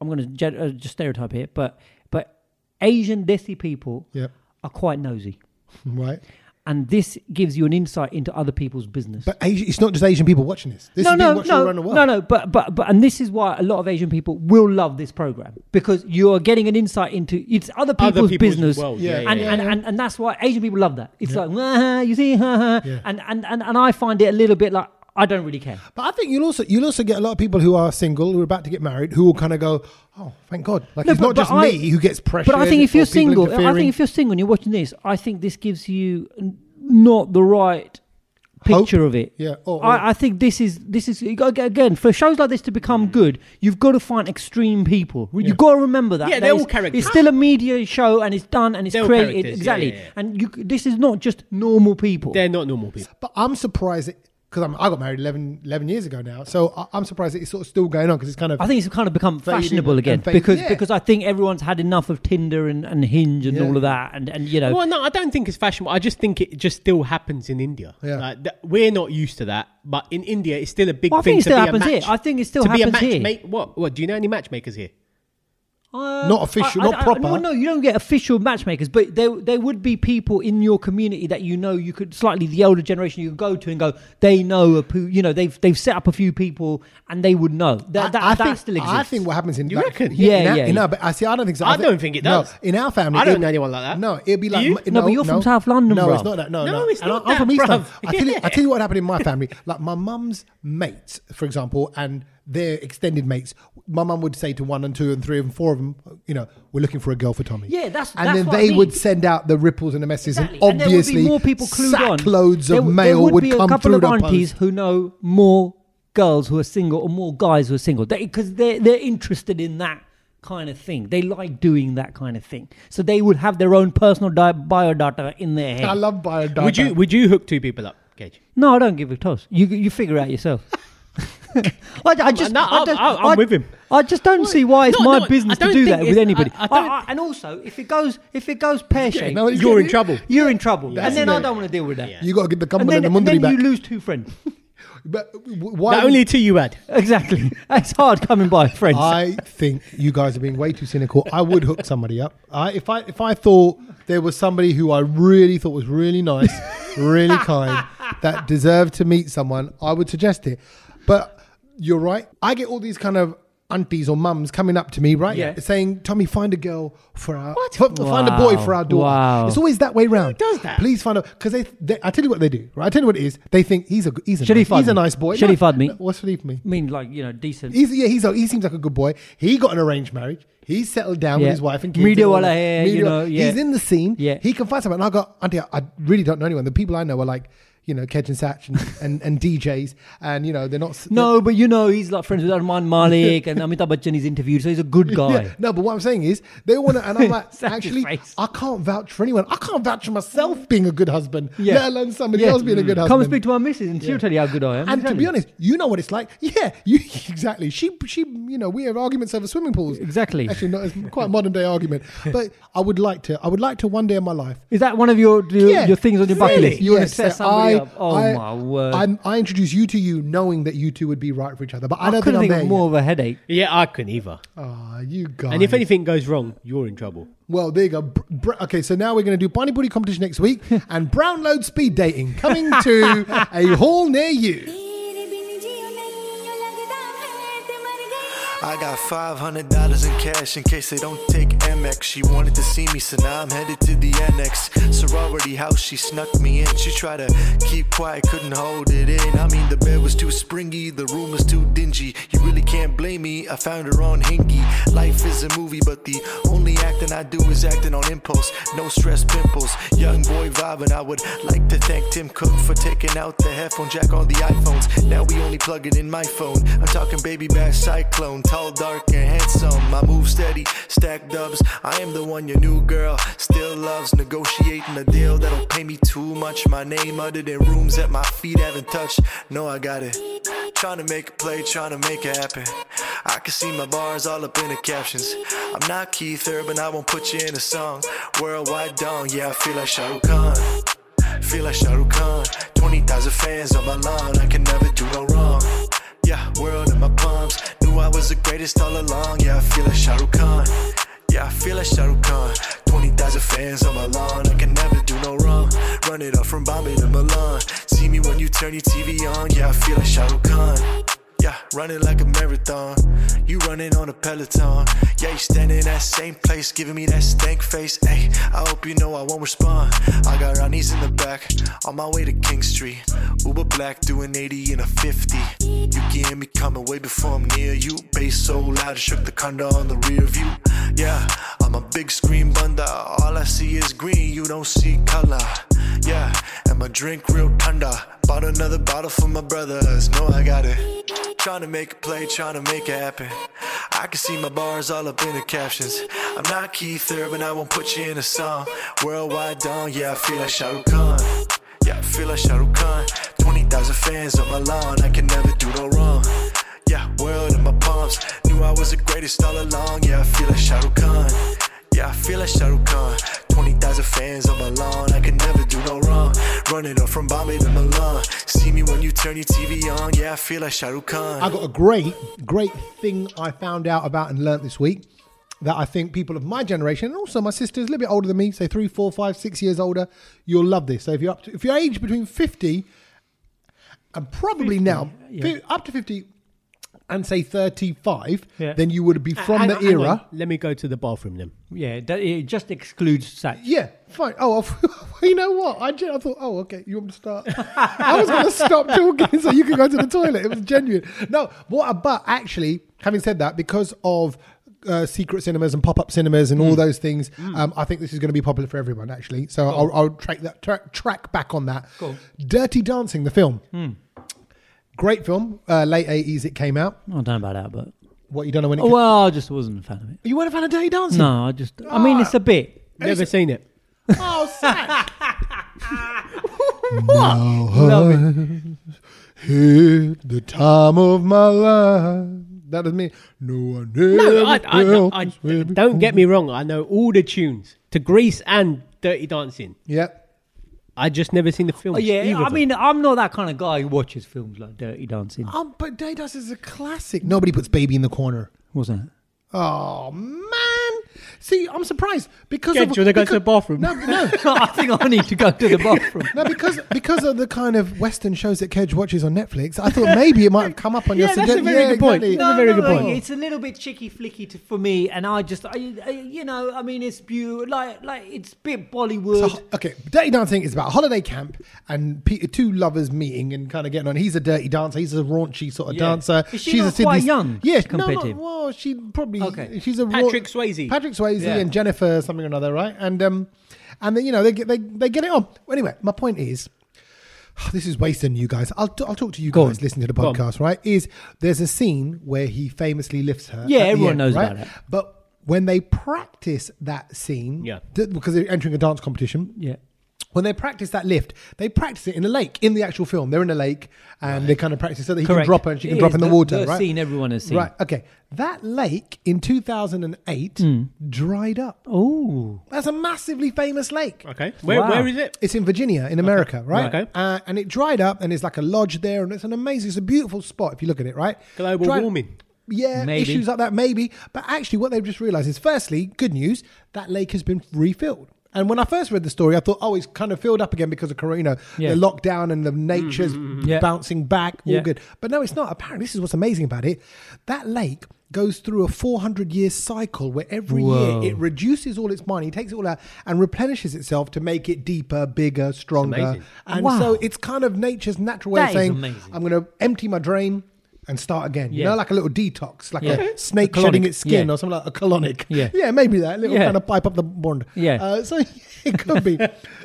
S3: I'm going to gen- uh, just stereotype here, but but Asian desi people
S1: Yep.
S3: are quite nosy,
S1: right,
S3: and this gives you an insight into other people's business.
S1: but Asi- it's not just Asian people watching this. This
S3: no,
S1: is being
S3: no,
S1: watched
S3: no,
S1: all around the world.
S3: no, no. But but but, and this is why a lot of Asian people will love this program because you are getting an insight into it's other people's,
S4: other people's
S3: business.
S4: world.
S1: Yeah.
S4: Yeah, yeah,
S3: And,
S4: yeah.
S3: and, and and that's why Asian people love that. It's like "Ah, you see, ha, ha."
S1: Yeah.
S3: and, and and and I find it a little bit like I don't really care.
S1: But I think you'll also you'll also get a lot of people who are single, who are about to get married, who will kind of go, "Oh, thank God!" Like
S3: No,
S1: it's
S3: but-
S1: not
S3: but
S1: just
S3: I-
S1: me who gets pressured.
S3: But I think if
S1: or
S3: you're
S1: people
S3: single, I
S1: interfering.
S3: think if you're single and you're watching this, I think this gives you n- not the right
S1: Hope?
S3: picture of it.
S1: Yeah, or- or-
S3: I, I think this is this is you gotta get- again for shows like this to become
S1: Mm.
S3: good, you've got to find extreme people. You've got to remember that.
S4: Yeah,
S3: that
S4: they're all
S3: it's-
S4: characters.
S3: It's still a media show and it's done and it's
S4: They're all
S3: created
S4: characters, yeah,
S3: exactly.
S4: yeah, yeah.
S3: And you, c- this is not just normal people.
S4: they're not normal people.
S1: But I'm surprised that because I got married 11, 11 years ago now, so I, I'm surprised that it's sort of still going on because it's kind of.
S3: I think it's kind of become
S1: Faded
S3: fashionable
S1: and
S3: again
S1: faded,
S3: because
S1: yeah.
S3: because I think everyone's had enough of Tinder and, and Hinge and
S1: Yeah.
S3: all of that and, and you know
S4: Well, no, I don't think it's fashionable. I just think it just still happens in India.
S1: Yeah.
S4: Like, th- we're not used to that, but in India, it's still a big
S3: Well, I
S4: thing
S3: think it
S4: to
S3: still
S4: be
S3: happens
S4: a
S3: here.
S4: match.
S3: I think it still
S4: to be a
S3: happens here.
S4: matchmake- What? What? Do you know any matchmakers here?
S3: Uh,
S1: Not official, not proper.
S3: well, no, you don't get official matchmakers, but there there would be people in your community that you know you could slightly the older generation you could go to and go. They know a poo, you know they've they've set up a few people and they would know that that, that
S1: think,
S3: still exists.
S1: I think what happens in
S4: You
S1: like,
S4: reckon?
S1: Yeah,
S3: Yeah,
S1: in our,
S3: yeah,
S1: in
S3: yeah.
S1: our- but I see. I don't think so.
S4: I don't think it does.
S1: No, in our family,
S4: I don't
S1: it-
S4: know anyone like that.
S1: No, it'd be
S4: Do
S1: like
S4: you?
S1: m-
S3: No, but you're from South London,
S1: No,
S3: bruv.
S1: it's not that. No,
S4: No,
S1: no,
S4: it's
S1: And I-
S4: not
S1: I'm from
S4: that,
S1: East
S4: bruv.
S1: London. I tell you, I
S4: (laughs) Yeah.
S1: tell you what happened in my family. Like my mum's mates, for example, and their extended mates. My mum would say to one and two and three and four of them, you know, we're looking for a girl for Tommy.
S3: Yeah, that's-
S1: and
S3: that's
S1: then
S3: what I
S1: they
S3: mean.
S1: would send out the ripples and the messages,
S3: Exactly.
S1: and
S3: And there would
S1: obviously
S3: be more people clued on.
S1: Loads
S3: There
S1: of
S3: w-
S1: mail
S3: there would,
S1: would,
S3: be
S1: come
S3: a couple
S1: through
S3: of
S1: the post.
S3: aunties who know more girls who are single or more guys who are single because they, are they're interested in that kind of thing. They like doing that kind of thing, so they would have their own personal di- biodata in their head.
S1: I love biodata.
S4: Would you? Would you hook two people up, Gage?
S3: No, I don't give a toss. You you figure out yourself. I, I just,
S4: No,
S3: I
S4: I'm-
S3: don't,
S4: I'm- I'm
S3: I-
S4: with him.
S3: I just don't see why it's
S4: No,
S3: my
S4: no, I
S3: business to
S4: don't
S3: do
S4: think
S3: that with
S4: it's-
S3: anybody.
S4: I- I don't-
S3: I- I- and also, if it goes if it goes pear shaped,
S1: no,
S4: You're in trouble.
S3: you're in trouble, and then I
S1: it.
S3: don't want to deal with that.
S1: You got to get the
S3: And
S1: company
S3: then,
S1: and the
S3: and
S1: Mundari
S3: then you
S1: back.
S3: lose two friends. (laughs)
S1: But w- why?
S4: The
S1: would-
S4: only two you had.
S3: exactly. It's hard coming by friends.
S1: I think you guys are being way too cynical. I would hook somebody up. I, if I if I thought there was somebody who I really thought was really nice,
S3: (laughs)
S1: really kind, that deserved to meet someone, I would suggest it. But you're right. I get all these kind of aunties or mums coming up to me, right?
S3: Yeah.
S1: Saying, Tommy, find a girl for our for- for- find a
S3: Wow.
S1: boy for our daughter.
S3: Wow.
S1: It's always that way round.
S4: does that?
S1: Please find out because they, they. I tell you what they do. Right? I tell you what it is. They think he's a he's a
S3: Should he
S1: nice,
S3: fund
S1: he's a
S3: me?
S1: nice boy.
S3: Should he fund me?
S1: no, What's for me?
S3: I mean, like you know, decent.
S1: He's, yeah, he's a, he seems like a good boy. He got an arranged marriage. He's settled down
S3: Yeah.
S1: with his wife and kids.
S3: Media
S1: and all
S3: wala
S1: that.
S3: hai, you know, yeah.
S1: He's in the scene.
S3: Yeah.
S1: He can find someone. And I go, Auntie, I really don't know anyone. The people I know are like, you know, Kedge and Satch and, (laughs) and, and DJs, and you know they're not.
S3: No, but you know he's like friends with Arman Malik and Amitabh Bachchan. He's interviewed, so he's
S1: (laughs)
S3: a good guy.
S1: Yeah, no, but what I'm saying is they want to, and
S3: (laughs)
S1: I'm like,
S3: Satch's
S1: actually,
S3: face.
S1: I can't vouch for anyone. I can't vouch for myself being a good husband,
S3: Yeah. Mm.
S1: let alone somebody else being a good husband.
S3: Come and speak to my missus, and she'll tell you how good I am.
S1: And to
S3: Exactly.
S1: be honest, you know what it's like. (laughs) Yeah, you exactly. She she you know, we have arguments over swimming pools.
S3: Exactly.
S1: Actually not it's quite a modern day
S3: (laughs)
S1: argument. But I would like to I would like to one day in my life.
S3: is that one of your your,
S1: Yeah,
S3: your things on your bucket
S1: really,
S3: list? You want
S1: yes,
S3: to set
S1: that
S3: somebody
S1: I-
S3: up? Oh
S1: I-
S3: my word!
S1: I'm, I introduce you to you knowing that you two would be right for each other. But I,
S3: I
S1: don't
S3: couldn't
S1: think,
S3: think
S1: I'm
S3: of
S1: there
S3: more of a headache.
S4: Yeah, I couldn't either.
S3: Oh,
S1: yet. Ah, you guys.
S4: And if anything goes wrong, you're in trouble.
S1: well, there you go. Br- br- okay, so now we're going to do Barney Booty competition next
S3: (laughs)
S1: week and Brown Load speed dating coming to a hall near you.
S8: तेरे बिन जियो नहीं यो लगदा है ते मर गई आ।
S9: I got $500 in cash in case they don't take MX. She wanted to see me, so now I'm headed to the NX. Sorority house, she snuck me in. She tried to keep quiet, couldn't hold it in. I mean, the bed was too springy, the room was too dingy. You really can't blame me, I found her on Hingy. Life is a movie, but the only acting I do is acting on impulse. No stress pimples, young boy vibing. I would like to thank Tim Cook for taking out the headphone jack on the iPhones. Now we only plug it in my phone. I'm talking baby bash cyclone, tall, dark, and handsome. I move steady, stack dubs. I am the one your new girl still loves. Negotiating a deal that'll pay me too much. My name uttered in rooms that my feet haven't touched. No, I got it. Trying to make a play, trying to make it happen. I can see my bars all up in the captions. I'm not Keith Urban, I won't put you in a song. Worldwide dong, yeah, I feel like Shah Rukh Khan. Feel like Shah Rukh Khan. 20,000 fans on my lawn. I can never do no wrong. Yeah, world in my palms. Knew I was the greatest all along. Yeah, I feel like Shah Rukh Khan. Yeah, I feel like Shah Rukh Khan. 20,000 fans on my lawn. I can never do no wrong. Run it up from Bombay to Milan. See me when you turn your TV on. Yeah, I feel like Shah Rukh Khan. Yeah, running like a marathon. You running on a peloton. Yeah, you standing in that same place, giving me that stank face. Hey, I hope you know I won't respond. I got Ronnie's in the back, on my way to King Street. Uber Black doing 80 and a 50. You can hear me coming way before I'm near you. Bass so loud, it shook the condo on the rear view. Yeah, I'm a big screen bunda. All I see is green, you don't see color. Yeah, and my drink real thunder. Bought another bottle for my brothers. No, I got it. Tryna make a play, tryna make it happen. I can see my bars all up in the captions. I'm not Keith Urban, I won't put you in a song. Worldwide down, yeah, I feel like Shah Rukh Khan. Yeah, I feel like Shah Rukh Khan. 20,000 fans on my lawn, I can never do no wrong. Yeah, world in my palms. Knew I was the greatest all along, yeah, I feel like Shah Rukh Khan. Yeah, I feel like Shah Rukh Khan. 20,000 fans on my lawn. I can never do no wrong. Running up from Bombay to Milan. See me when you turn your TV on. Yeah, I feel like Shah Rukh Khan.
S1: I got a great, great thing I found out about and learnt this week that I think people of my generation and also my sister's a little bit older than me, say three, four, five, six years older, you'll love this. So if you're up to, if you're aged between fifty and probably now fi- up to fifty and say thirty-five,
S3: Yeah.
S1: then you would be from
S4: Hang
S1: the
S4: on, hang on.
S1: era.
S4: Let me go to the bathroom then.
S3: Yeah, that, it just excludes Satch.
S1: Yeah, fine. (laughs) Oh, I- you know what? I, gen- I thought, oh, okay, you want me to start? I was going to stop talking so you could go to the toilet. It was genuine. No, what? But actually, having said that, because of uh, secret cinemas and pop-up cinemas and all those things, um, I think this is going to be popular for everyone. Actually, so I'll, I'll track that track, track back on that. Dirty Dancing, the film. Great film. Uh, late eighties, it came out.
S3: I don't know about that, but
S1: What you don't know when it. came-
S3: well, I just wasn't a fan of it.
S1: Oh, you weren't a fan of Dirty Dancing?
S3: No, I just. I mean, it's a bit.
S4: Never seen it.
S1: Oh, sad.
S3: Love it.
S1: Hit the time of my life. That is me. No one
S4: No, I,
S1: ever
S4: I,
S1: felt
S4: I-
S1: this way before.
S4: don't get me wrong. I know all the tunes to Grease and Dirty Dancing.
S1: Yep.
S4: I just never seen the film.
S3: Oh, yeah, I mean, I'm not that kind of guy who watches films like Dirty Dancing.
S1: Oh, but Day Dust is a classic. Nobody puts Baby in the corner.
S3: Wasn't it?
S1: Oh man. See, I'm surprised because
S4: Yeah,
S1: of
S4: do you wanna go to
S1: because-
S4: the bathroom?
S1: No,
S4: (laughs)
S1: no,
S3: I (laughs) think I need to go to the bathroom.
S1: no, because because of the kind of Western shows that Kedge watches on Netflix, I thought maybe it might have come up on your
S4: Yeah, that's a
S1: suggestion.
S4: very good point.
S1: exactly.
S4: No, That's a very good point.
S3: It's a little bit chicky flicky to, for me, and I just, I, I, you know, I mean, it's beautiful. Like, like it's a bit Bollywood.
S1: So, okay, Dirty Dancing is about a holiday camp and pe- two lovers meeting and kind of getting on. He's a dirty dancer. He's a raunchy sort of
S3: Yeah.
S1: dancer.
S3: Is she
S1: she's
S3: not
S1: a Sydney,
S3: quite young
S1: Yeah, no,
S3: compared to
S1: not-
S3: him?
S1: well, she probably.
S3: Okay.
S1: She's a raun-
S4: Patrick Swayze.
S1: Patrick Swayze
S3: Yeah.
S1: and Jennifer something or another, right? And um, and then you know they get they they get it on. Anyway, my point is (sighs) this is wasting you guys. I'll, t- I'll talk to you
S3: Go
S1: guys
S3: on.
S1: listening to the
S3: Go on.
S1: podcast, right? Is there's a scene where he famously lifts her.
S3: Yeah,
S1: at the
S3: everyone
S1: end,
S3: knows
S1: right?
S3: about it.
S1: But when they practice that scene,
S4: Yeah.
S1: th- because they're entering a dance competition,
S3: Yeah.
S1: when they practice that lift, they practice it in a lake in the actual film. They're in a lake and they kind of practice so that he
S3: Correct.
S1: can drop her and she can
S3: It
S1: drop
S3: is
S1: in the,
S3: the-
S1: water,
S3: the
S1: right?
S3: scene everyone has seen.
S1: Right. Okay. That lake in 2008
S3: Mm.
S1: dried up.
S3: Oh.
S1: That's a massively famous lake.
S4: Okay. Where,
S3: Wow.
S4: where is it?
S1: It's in Virginia, in America, right?
S4: Right. Okay.
S1: Uh, and it dried up, and it's like a lodge there, and it's an amazing, it's a beautiful spot if you look at it, right?
S4: Global
S1: Dried-
S4: warming.
S1: Yeah,
S3: Maybe.
S1: issues like that, maybe. But actually, what they've just realised is, firstly, good news, that lake has been refilled. And when I first read the story, I thought, oh, it's kind of filled up again because of Corona, you know,
S3: Yeah.
S1: the lockdown and the nature's
S3: Yeah.
S1: bouncing back, all
S3: Yeah.
S1: good. But no, it's not. Apparently, this is what's amazing about it. That lake goes through a 400 year cycle where every
S3: Whoa.
S1: year it reduces all its mining, takes it all out, and replenishes itself to make it deeper, bigger, stronger.
S4: amazing.
S1: And
S3: Wow.
S1: so it's kind of nature's natural way of
S3: That is
S1: saying,
S3: amazing.
S1: I'm going to empty my drain and start again. You
S3: Yeah.
S1: know, like a little detox, like
S3: Yeah.
S1: a snake
S3: A colonic.
S1: shedding its skin
S3: Yeah.
S1: or something like a colonic.
S3: Yeah.
S1: (laughs) yeah, maybe that little
S3: Yeah.
S1: kind of pipe up the bond.
S3: Yeah.
S1: uh, so (laughs) it could be.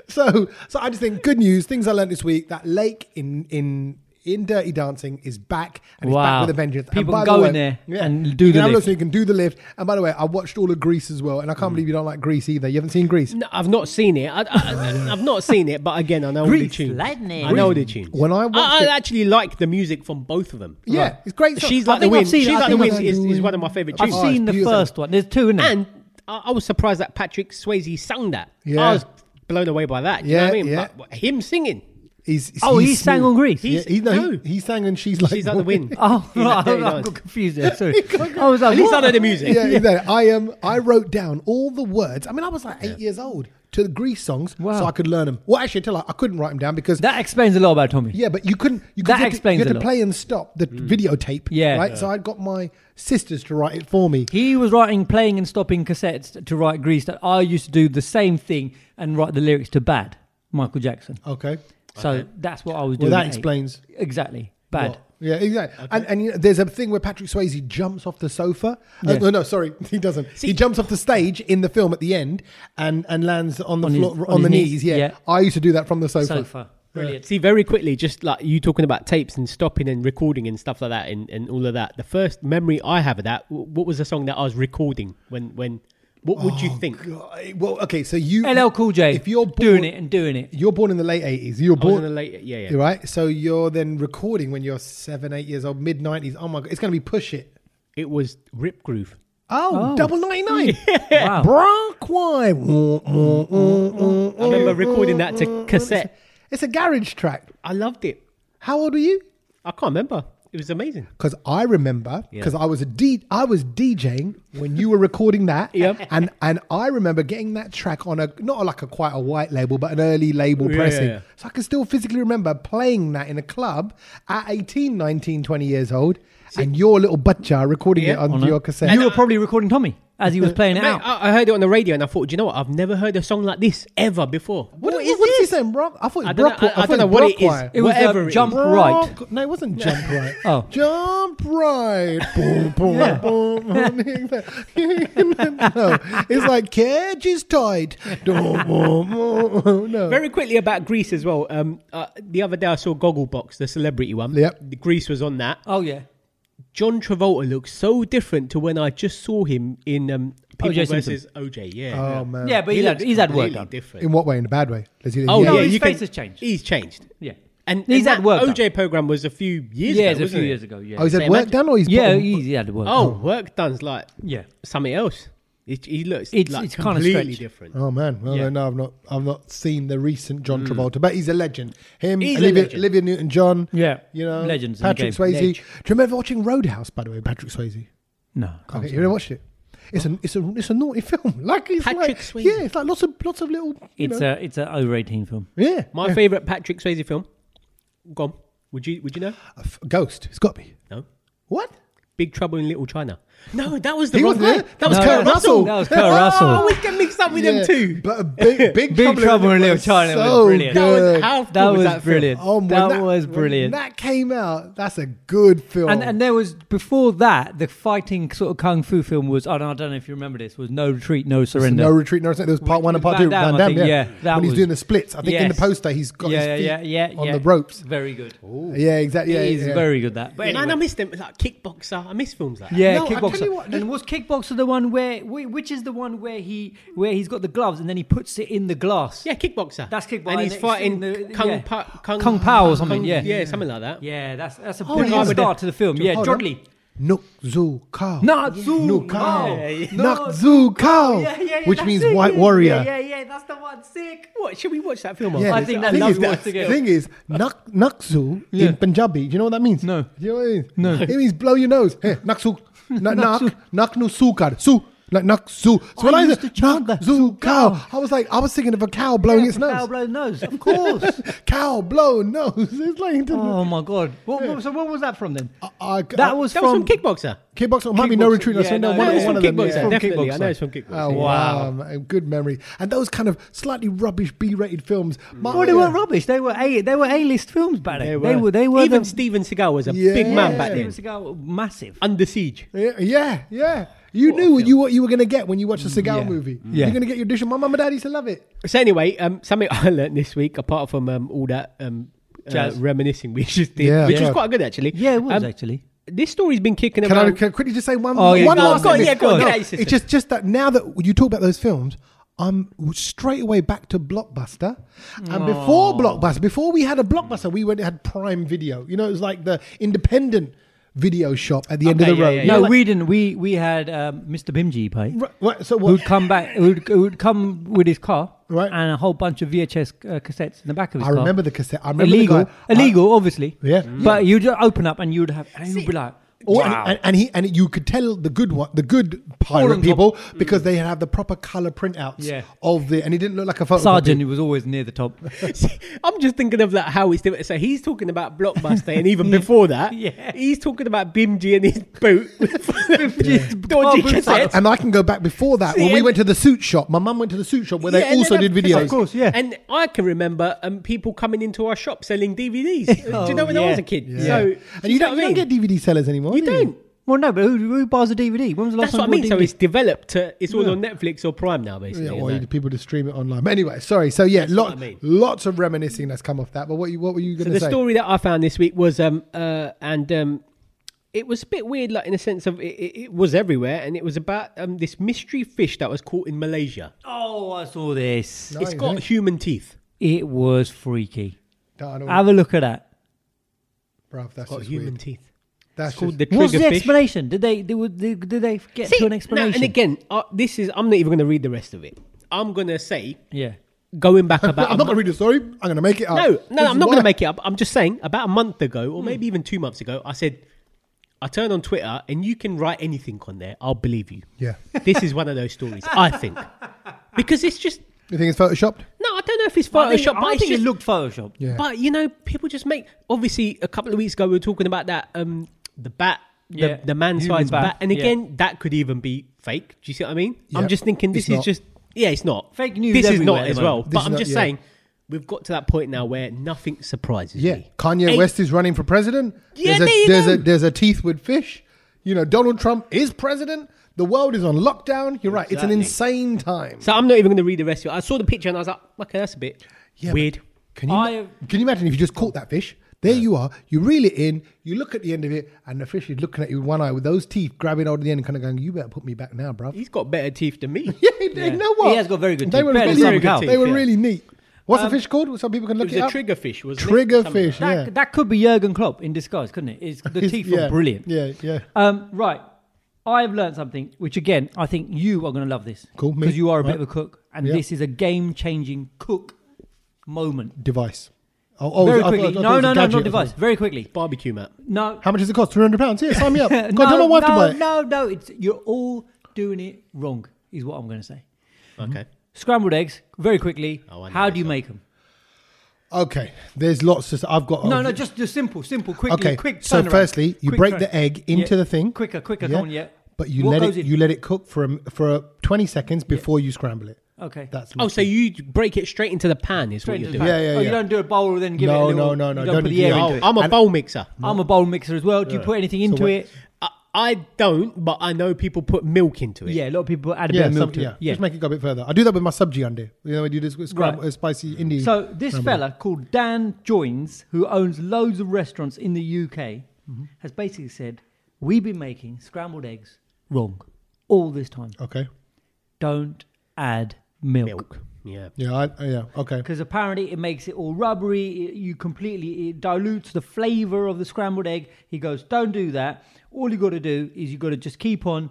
S1: so, so I just think good news. Things I learned this week that Lake in in. In Dirty Dancing is back and it's back
S3: Wow.
S1: with a vengeance. And
S3: People
S1: by
S3: go
S1: the way,
S3: in there and do
S1: you
S3: the
S1: can have a look,
S3: lift.
S1: so you can do the lift. And by the way, I watched all of Greece as well, and I can't believe you don't like Greece either. You haven't seen Greece.
S4: No, I've not seen it. I, I, I've not seen it, but again, I know all the
S3: Grease
S4: tunes.
S3: lightning.
S4: I know all the tunes.
S1: When I watched
S4: I,
S1: it-
S4: I actually like the music from both of them.
S1: Yeah, it's great.
S4: She's
S1: I
S4: like the
S1: think
S4: wind.
S1: I've seen it.
S4: She's
S1: I
S4: like the
S1: think
S4: wind
S1: I've
S4: is,
S1: seen
S4: is
S1: it.
S4: one of my favorite
S3: I've
S4: tunes.
S1: Oh, it's
S3: seen the
S1: beautiful.
S3: first one. There's two in it.
S4: And I, I was surprised that Patrick Swayze sung that.
S1: Yeah.
S4: I was blown away by that. Do
S1: Yeah,
S4: you know what I mean?
S1: yeah.
S4: Like, him singing.
S1: He's,
S3: Oh,
S1: he's
S3: he sang
S1: smooth.
S3: on Grease?
S1: Yeah, he, no, he, he sang and she's like
S4: She's
S1: (laughs)
S4: like the wind. (laughs)
S3: (laughs) Oh,
S4: He's
S3: right.
S4: like,
S3: I
S4: "Dirty
S3: got
S4: Dancing."
S3: confused there.
S4: (laughs)
S3: Sorry. I was like,
S4: At least I
S3: what?
S4: know the
S3: (laughs)
S4: music.
S1: yeah, exactly. (laughs) I am. I wrote down all the words. I mean, I was like eight years old to the Grease songs,
S3: Wow.
S1: so I could learn them. Well, actually, until I, I couldn't write them down because
S3: That explains a lot about Tommy.
S1: yeah, but you couldn't. You could you
S3: That
S1: had to-
S3: explains
S1: You had
S3: a
S1: to
S3: lot.
S1: play and stop the videotape.
S3: Yeah.
S1: right.
S3: Yeah.
S1: So I got my sisters to write it for me.
S3: He was writing, playing, and stopping cassettes to write Grease. That I used to do the same thing and write the lyrics to Bad, Michael Jackson.
S4: Oh,
S1: Okay.
S3: So that's what I was
S1: Well,
S3: doing.
S1: that
S3: at eight.
S1: explains
S3: exactly Bad.
S1: What? Yeah, exactly. And, and you know, there's a thing where Patrick Swayze jumps off the sofa. Uh,
S3: Yeah.
S1: no, no, sorry, (laughs) he doesn't. he jumps off the stage in the film at the end and, and lands on the
S3: On his-
S1: floor on,
S3: on
S1: the
S3: his
S1: knees.
S3: knees,
S1: Yeah.
S3: yeah.
S1: I used to do that from the sofa.
S3: Sofa. Brilliant.
S4: See, very quickly, just like you talking about tapes and stopping and recording and stuff like that, and, and all of that. The first memory I have of that, w- what was the song that I was recording when when? What would
S1: Oh,
S4: you think?
S1: God, Well, okay, so you
S3: LL Cool J.
S1: If you're born,
S3: doing it and doing it.
S1: you're born in the late eighties. You're
S4: I was in
S1: born
S4: the late, yeah, yeah.
S1: You're right. So you're then recording when you're seven, eight years old, mid nineties. Oh my god, it's gonna be push it.
S4: It was Rip Groove.
S1: Oh,
S3: Oh.
S1: double ninety
S4: (laughs)
S1: nine.
S3: Wow.
S4: I
S1: Oh,
S4: remember recording that to cassette.
S1: It's a garage track.
S4: I loved it.
S1: How old were you?
S4: I can't remember. It was amazing.
S1: Because I remember,
S4: Yeah.
S1: because I was a D, I was DJing when you were recording that,
S4: (laughs) Yep.
S1: and and I remember getting that track on a not like a quite a white label, but an early label
S4: Yeah,
S1: pressing.
S4: yeah, yeah.
S1: So I can still physically remember playing that in a club at 18, 19, 20 years old, and your little butcher recording
S4: Yeah.
S1: it onto
S3: On a-
S1: your cassette.
S4: uh,
S3: You were probably recording Tommy
S4: (laughs)
S3: as he was playing it
S4: Mate,
S3: out.
S4: I, I heard it on the radio and I thought, do you know what? I've never heard a song like this ever before.
S1: what, what is he saying? Rock? I thought it
S4: I
S1: was
S4: don't know-
S1: Brock.
S4: I- I
S1: thought
S4: don't know what it is.
S1: Brockwire.
S3: It was uh,
S4: whatever it is.
S3: jump right.
S1: Rock- No, it wasn't
S4: (laughs)
S1: jump right.
S3: Oh.
S1: Jump right. boom, boom, boom. (laughs) no, it's like cage is tight.
S4: (laughs)
S1: Dum, boom, boom. no.
S4: Very quickly about Greece as well. Um, uh, the other day I saw Gogglebox, the celebrity one.
S1: Yep.
S4: The Greece was on that.
S3: Oh yeah.
S4: John Travolta looks so different to when I just saw him in um, People
S3: O.J. Simpson.
S4: versus OJ. Yeah.
S1: oh,
S4: yeah.
S1: man.
S3: Yeah, but he's had,
S4: looks
S3: he's had work
S4: completely
S3: done.
S4: Different.
S1: In what way? In a bad way? Does he-
S4: Oh yeah,
S3: his
S4: you
S3: face
S4: can-
S3: has changed.
S4: He's changed.
S3: Yeah.
S4: And
S3: He's
S4: and
S3: had
S4: that
S3: work
S4: OJ program was a few years. ago,
S3: Yeah, it's a
S4: wasn't
S3: few
S4: it?
S3: years ago. Yeah.
S1: Oh, he's had
S4: So
S1: work
S4: imagine-
S1: done or he's
S3: yeah,
S1: put-
S3: he's had work.
S4: Oh,
S3: done.
S4: work done's like
S3: yeah.
S4: something else. He, he looks
S3: It's-
S4: like
S3: it's kinda
S4: completely
S3: stretched.
S4: different.
S1: Oh man, well
S4: Yeah. Hmm.
S1: no, I've not, I've not seen the recent John Travolta, but he's a legend. Him,
S4: He's a
S1: Olivia,
S4: legend.
S1: Olivia Newton-John,
S3: Yeah.
S1: you know,
S3: Legends in the
S1: Patrick
S3: game.
S1: Swayze.
S3: Leg-
S1: Do you remember watching Roadhouse? By the way, Patrick Swayze.
S3: No. can't
S1: Okay,
S3: say
S1: you ever watched it? It's a it's a it's a naughty (laughs) film. Like it's
S4: Patrick
S1: like
S4: Swayze.
S1: yeah, it's like lots of lots of little. You
S3: It's
S1: know,
S3: a it's an over eighteen film.
S1: yeah,
S4: My favorite Patrick Swayze film. Gone. Would you Would you know?
S1: A f- ghost. It's got to be
S4: No.
S1: what?
S4: Big Trouble in Little China. No, that was the
S1: He
S4: wrong
S1: wasn't
S4: guy.
S1: there. That was
S3: No,
S1: Kurt
S3: that was-
S1: Russell. Oh,
S3: that
S1: (laughs)
S3: was Kurt Russell.
S4: I always oh, get mixed up with
S1: Yeah,
S4: them too.
S1: But (laughs)
S4: (laughs)
S1: big, big,
S3: Big
S1: trouble,
S3: Trouble in
S1: Little
S3: Little China was
S1: so
S3: brilliant.
S4: that
S1: good.
S4: was how
S3: That
S4: cool
S3: was,
S4: was that film?
S3: brilliant.
S1: Oh, when
S3: that, was
S1: when
S3: brilliant.
S1: that came out. That's a good film.
S3: and and there was before that the fighting sort of kung fu film was. I don't, I don't know if you remember this. Was no retreat, no surrender.
S1: No retreat, no retreat. There was part
S3: With-
S1: one and
S3: with
S1: part
S3: Van
S1: two.
S3: Damme,
S1: Van
S3: I
S1: Damme,
S3: think.
S1: yeah.
S3: Yeah, that
S1: when he's
S3: was-
S1: doing the splits, I think in the
S3: Yes.
S1: poster he's got
S3: yeah,
S1: his feet
S3: yeah, yeah, yeah,
S1: on the ropes.
S3: Very good.
S1: Yeah, exactly. Yeah,
S3: it is
S1: yeah.
S3: very good that. But
S4: Man,
S3: anyway.
S4: I miss them like Kickboxer. I miss films like that.
S3: Yeah,
S1: No, I
S3: kickboxer.
S1: tell you what,
S3: and was kickboxer the one where whi- which is the one where he where he's got the gloves and then he puts it in the glass?
S4: Yeah, kickboxer.
S3: That's kickboxer.
S4: And he's
S3: And
S4: fighting
S3: it's in the-
S4: Kung,
S3: yeah.
S4: pa- Kung,
S3: Kung Pao or something, yeah.
S4: yeah, something like that.
S3: Yeah, that's that's a
S1: Oh,
S3: big
S1: yeah.
S3: start to the film. Yeah,
S1: Hold on.
S3: Jodley.
S1: Nuk Zu Kao.
S3: Natsu
S1: Nuk
S3: Kao.
S1: Kao.
S3: Yeah,
S1: Nuk Zu Kao.
S3: Yeah, yeah, yeah,
S1: Which
S3: that's
S1: means
S3: it.
S1: white warrior.
S3: Yeah, yeah, yeah, that's the one. Sick.
S4: What? Should we watch that film?
S1: Yeah,
S3: I think that's
S1: thing
S3: how
S1: is
S3: we watch the game.
S1: thing is, nak, nakzu
S3: Yeah.
S1: in Punjabi. Do you know what that means?
S3: No.
S1: Do you know what it means? No. It means blow your nose. Hey,
S3: (laughs)
S1: nakzu, na, nak, nak nu sukar, su, like nakzu. So when I
S3: used to chant
S1: nak
S3: that.
S1: zu cow, I was like, I was thinking of a cow blowing its
S3: Foul
S1: nose.
S3: blow nose, of course.
S1: cow blow nose. (laughs) It's like
S3: (laughs) oh my god. What, what- so what was that from then?
S1: I-
S3: that was
S4: That was
S3: from.
S4: from Kickboxer.
S1: kickbox. It might be no
S3: Kickboxer.
S1: retreat.
S3: Yeah,
S1: Yeah, no, one,
S3: no, no,
S1: of-
S3: it's
S1: one
S3: from
S1: of them.
S4: Kickboxer,
S1: yeah. From
S4: definitely. I
S1: Kickboxer.
S4: know it's from Kickboxer,
S1: Oh
S4: yeah.
S1: wow, man, good memory. And those kind of slightly rubbish B-rated films. My-
S3: Oh, they
S1: yeah.
S3: were rubbish. They were a they were A list films back then. They were. They were.
S4: Even
S3: the,
S4: Steven Seagal was a
S1: Yeah.
S4: big man back
S3: Steven
S4: then.
S3: Seagal, oh, massive.
S4: Under siege.
S1: Yeah, yeah, yeah. You knew what you what you were gonna get when you watched a cigar movie. You're gonna get your dish. and My mum and dad used to love it.
S4: So anyway, um, something (laughs) I learned this week, apart from um, all that um, uh,
S3: Jazz.
S4: reminiscing we just did,
S1: Yeah,
S4: which was
S1: yeah.
S4: quite good actually.
S3: Yeah, it was
S4: Um,
S3: actually.
S4: This story's been kicking
S1: Can I,
S4: (laughs) around.
S1: can I quickly just say one?
S3: Oh, yeah,
S1: one
S3: go on,
S1: last
S3: go on,
S1: thing?
S3: yeah, go on,
S4: get out your system.
S1: it's just just that now that you talk about those films. I'm straight away back to Blockbuster, and before Blockbuster, before we had a Blockbuster, we went had Prime Video. You know, it was like the independent video shop at the end of
S4: Okay,
S1: the
S4: yeah,
S1: road.
S4: yeah,
S3: No,
S4: like-
S3: we didn't. We we had um, Mr. Bimji pay.
S1: Right, right, so what?
S3: Who'd come back? Who'd, who'd come with his car
S1: Right.
S3: and a whole bunch of VHS uh, cassettes in the back of his
S1: I
S3: car.
S1: remember the cassette. I remember the
S3: illegal,
S1: guy- I-
S3: illegal, obviously.
S1: Yeah.
S3: But you'd open up and you'd have, and you'd be like,
S1: Or,
S3: wow.
S1: and, and he and you could tell the good one, the good pirate
S3: on top.
S1: people, because they had the proper color printouts
S3: Mm. Yeah.
S1: of the, and he didn't look like a photo.
S3: Sergeant, who was always near the top. (laughs)
S4: I'm just thinking of like how it's different. So he's talking about Blockbuster, and even before that,
S3: Yeah.
S4: he's talking about Bimji and his boot.
S3: (laughs)
S4: (laughs)
S3: Bimji's
S4: dodgy
S3: car boot.
S4: cassettes.
S1: (laughs) And I can go back before
S3: (laughs)
S1: that
S4: See,
S1: when we
S4: and-
S1: went to the suit shop. My mum went to the suit shop where
S4: Yeah,
S1: they
S4: and
S1: also
S4: then-
S1: did videos.
S4: Of
S3: course, yeah.
S4: And I can remember um, people coming into our shop selling DVDs. Do you know when I
S3: yeah.
S4: was a kid?
S1: Yeah.
S4: So
S1: and you
S4: know
S1: don't,
S4: what
S1: you
S4: I
S1: don't get
S4: mean?
S1: DVD sellers anymore.
S4: You
S1: do
S4: don't.
S3: Well, no, but who, who buys a DVD? When was the last
S4: That's what I
S3: time
S4: mean.
S3: you
S4: So
S3: bought a
S4: it's
S3: DVD?
S4: developed. To, it's all on Netflix or Prime now,
S1: Yeah,
S4: basically.
S1: or
S4: isn't
S1: you-
S4: it?
S1: people distribute it online. But anyway, sorry. So yeah, lot,
S4: what I mean.
S1: lots of reminiscing that's come off that. But what you, what were you going
S4: So
S1: to
S4: the
S1: say?
S4: story that I found this week was, um, uh, and um, it was a bit weird, like in a sense of it, it, it was everywhere, and it was about um, this mystery fish that was caught in Malaysia.
S3: Oh, I saw this.
S1: No,
S4: It's
S1: you
S4: got
S1: don't.
S4: human teeth.
S3: It was freaky.
S1: No, I don't-
S3: Have a look at that.
S1: bruv, that's
S4: Got
S1: just
S4: human
S1: weird.
S4: teeth.
S1: That's
S4: It's called
S1: just-
S4: the
S3: What's
S4: trigger
S3: the
S4: fish.
S3: explanation? Did they, they, would- they did they get
S4: See,
S3: to an
S4: now,
S3: explanation?
S4: and again, uh, this is I'm not even going to read the rest of it. I'm going to say
S3: yeah.
S4: going
S1: (laughs)
S4: back about.
S1: I'm
S4: a
S1: not going to read
S4: month-
S1: the story. I'm going to make it up.
S4: No,
S1: This
S4: no,
S1: is
S4: I'm not going
S1: why-
S4: to make it up. I'm just saying about a month ago, or maybe even two months ago, I said I turned on Twitter and you can write anything on there. I'll believe you.
S1: Yeah,
S4: this is one of those stories, I think, because it's just
S1: you think it's photoshopped?
S4: no. I don't know if it's
S3: I think,
S4: Photoshop,
S3: I
S4: but it's
S3: think
S4: just
S3: it looked photoshopped.
S1: Yeah.
S4: But you know, people just make. Obviously, a couple of weeks ago, we were talking about that um the bat,
S3: Yeah.
S4: the, the man
S3: Human
S4: sized
S3: bat,
S4: bat. and
S3: yeah.
S4: again, that could even be fake. Do you see what I mean?
S1: Yeah.
S4: I'm just thinking
S1: It's
S4: this
S1: not.
S4: is just yeah, it's not
S3: Fake news
S4: This is
S3: everywhere
S4: not
S3: at
S4: as
S3: the
S4: well.
S3: moment.
S1: This
S4: But
S1: is
S4: I'm
S1: not-
S4: just
S1: yeah.
S4: saying, we've got to that point now where nothing surprises
S1: Yeah,
S4: me.
S1: Kanye
S4: Eight-
S1: West is running for president. there's
S4: Yeah, there
S1: a,
S4: you
S1: there's a
S4: go.
S1: there's a teeth with fish. You know, Donald Trump is president. The world is on lockdown. You're right. It's an insane time.
S4: So I'm not even going to read the rest of it. I saw the picture and I was like, okay, that's a bit
S1: Yeah,
S4: weird.
S1: but Can you
S3: I-
S1: can you imagine if you just caught that fish? There you are. You reel it in. You look at the end of it, and the fish is looking at you with one eye, with those teeth grabbing hold of the end, and kind of going, "You better put me back now, bruv."
S4: He's got better teeth than me.
S1: (laughs) yeah, you know what?
S3: He has got very good
S1: They
S3: teeth. Um,
S1: were
S3: Better
S1: really,
S3: than
S1: they
S3: some
S1: were
S4: cows. Yeah.
S1: really neat. What's the fish called? Some people can look
S4: It was
S1: it
S4: a
S1: up.
S4: trigger fish, wasn't it?
S1: Trigger
S4: Something like
S1: fish.
S3: That,
S1: yeah.
S3: that could be Jurgen Klopp in disguise, couldn't it? It's, the teeth
S1: yeah.
S3: were brilliant.
S1: Yeah, yeah.
S3: Um, right. I've learned something, which again, I think you are going to love this.
S1: Cool, me.
S3: Because you are a
S1: Right.
S3: bit of a cook, and
S1: Yeah.
S3: this is a game changing cook moment.
S1: Device. Oh, oh,
S3: Very
S1: I thought- I
S3: quickly.
S1: thought it
S3: no,
S1: was a
S3: no, no, not
S1: gadget.
S3: device. Very quickly.
S4: Barbecue mat.
S3: No.
S1: How much does it cost? Three hundred pounds. Yeah, sign me
S3: (laughs)
S1: up. God,
S3: no,
S1: tell my wife
S3: no,
S1: to buy it.
S3: no, no. It's, you're all doing it wrong, is what I'm going to say.
S1: Mm-hmm.
S4: Okay.
S3: Scrambled eggs, very quickly.
S4: Oh, I know
S3: How do
S4: this
S3: you
S4: one.
S3: make them?
S1: Okay, there's lots to. I've got.
S3: No, no, just just simple, simple, quickly,
S1: Oh, Okay,
S3: quick.
S1: so
S3: turnaround.
S1: firstly, you
S3: Quick
S1: break
S3: turn-
S1: the egg into
S3: Yeah.
S1: the thing.
S3: Quicker, quicker, go on, yeah.
S1: But you
S3: What
S1: let
S3: goes
S1: it
S3: in?
S1: you let it cook for a, for a 20 seconds before you scramble it.
S3: Okay.
S1: That's
S4: Oh, so
S1: lovely.
S4: you break it straight into the pan is what
S3: Straight
S4: you're
S3: into
S4: doing.
S3: the pan.
S1: Yeah, yeah,
S3: Oh,
S1: yeah.
S3: you don't do a bowl and then give
S1: No,
S3: it a
S1: no,
S3: little,
S1: no, no,
S3: You don't,
S1: don't
S3: put
S1: do
S3: the
S1: the
S3: air
S1: air.
S3: into
S4: Oh,
S3: it.
S4: I'm a bowl mixer.
S3: I'm a bowl mixer as well. Do you put anything into
S1: what-
S3: it?
S4: I, I don't, but I know people put milk into it.
S3: Yeah, a lot of people add a
S1: yeah,
S3: bit of milk
S1: some-
S3: to
S1: yeah.
S3: it. Yeah.
S1: Just make it go a bit further. I do that with my subji under. You know, I do this with scram-
S3: Right.
S1: uh, spicy Indian.
S3: So this fella called Dan Joins, who owns loads of restaurants in the UK,
S1: Mm-hmm.
S3: has basically said, "We've been making scrambled eggs wrong all this time.
S1: Okay.
S3: Don't add milk."
S4: Milk. Yeah.
S1: Yeah, I, uh, yeah. Okay.
S3: Because apparently it makes it all rubbery. It, you completely it dilutes the flavor of the scrambled egg. He goes, "Don't do that. All you got to do is you got to just keep on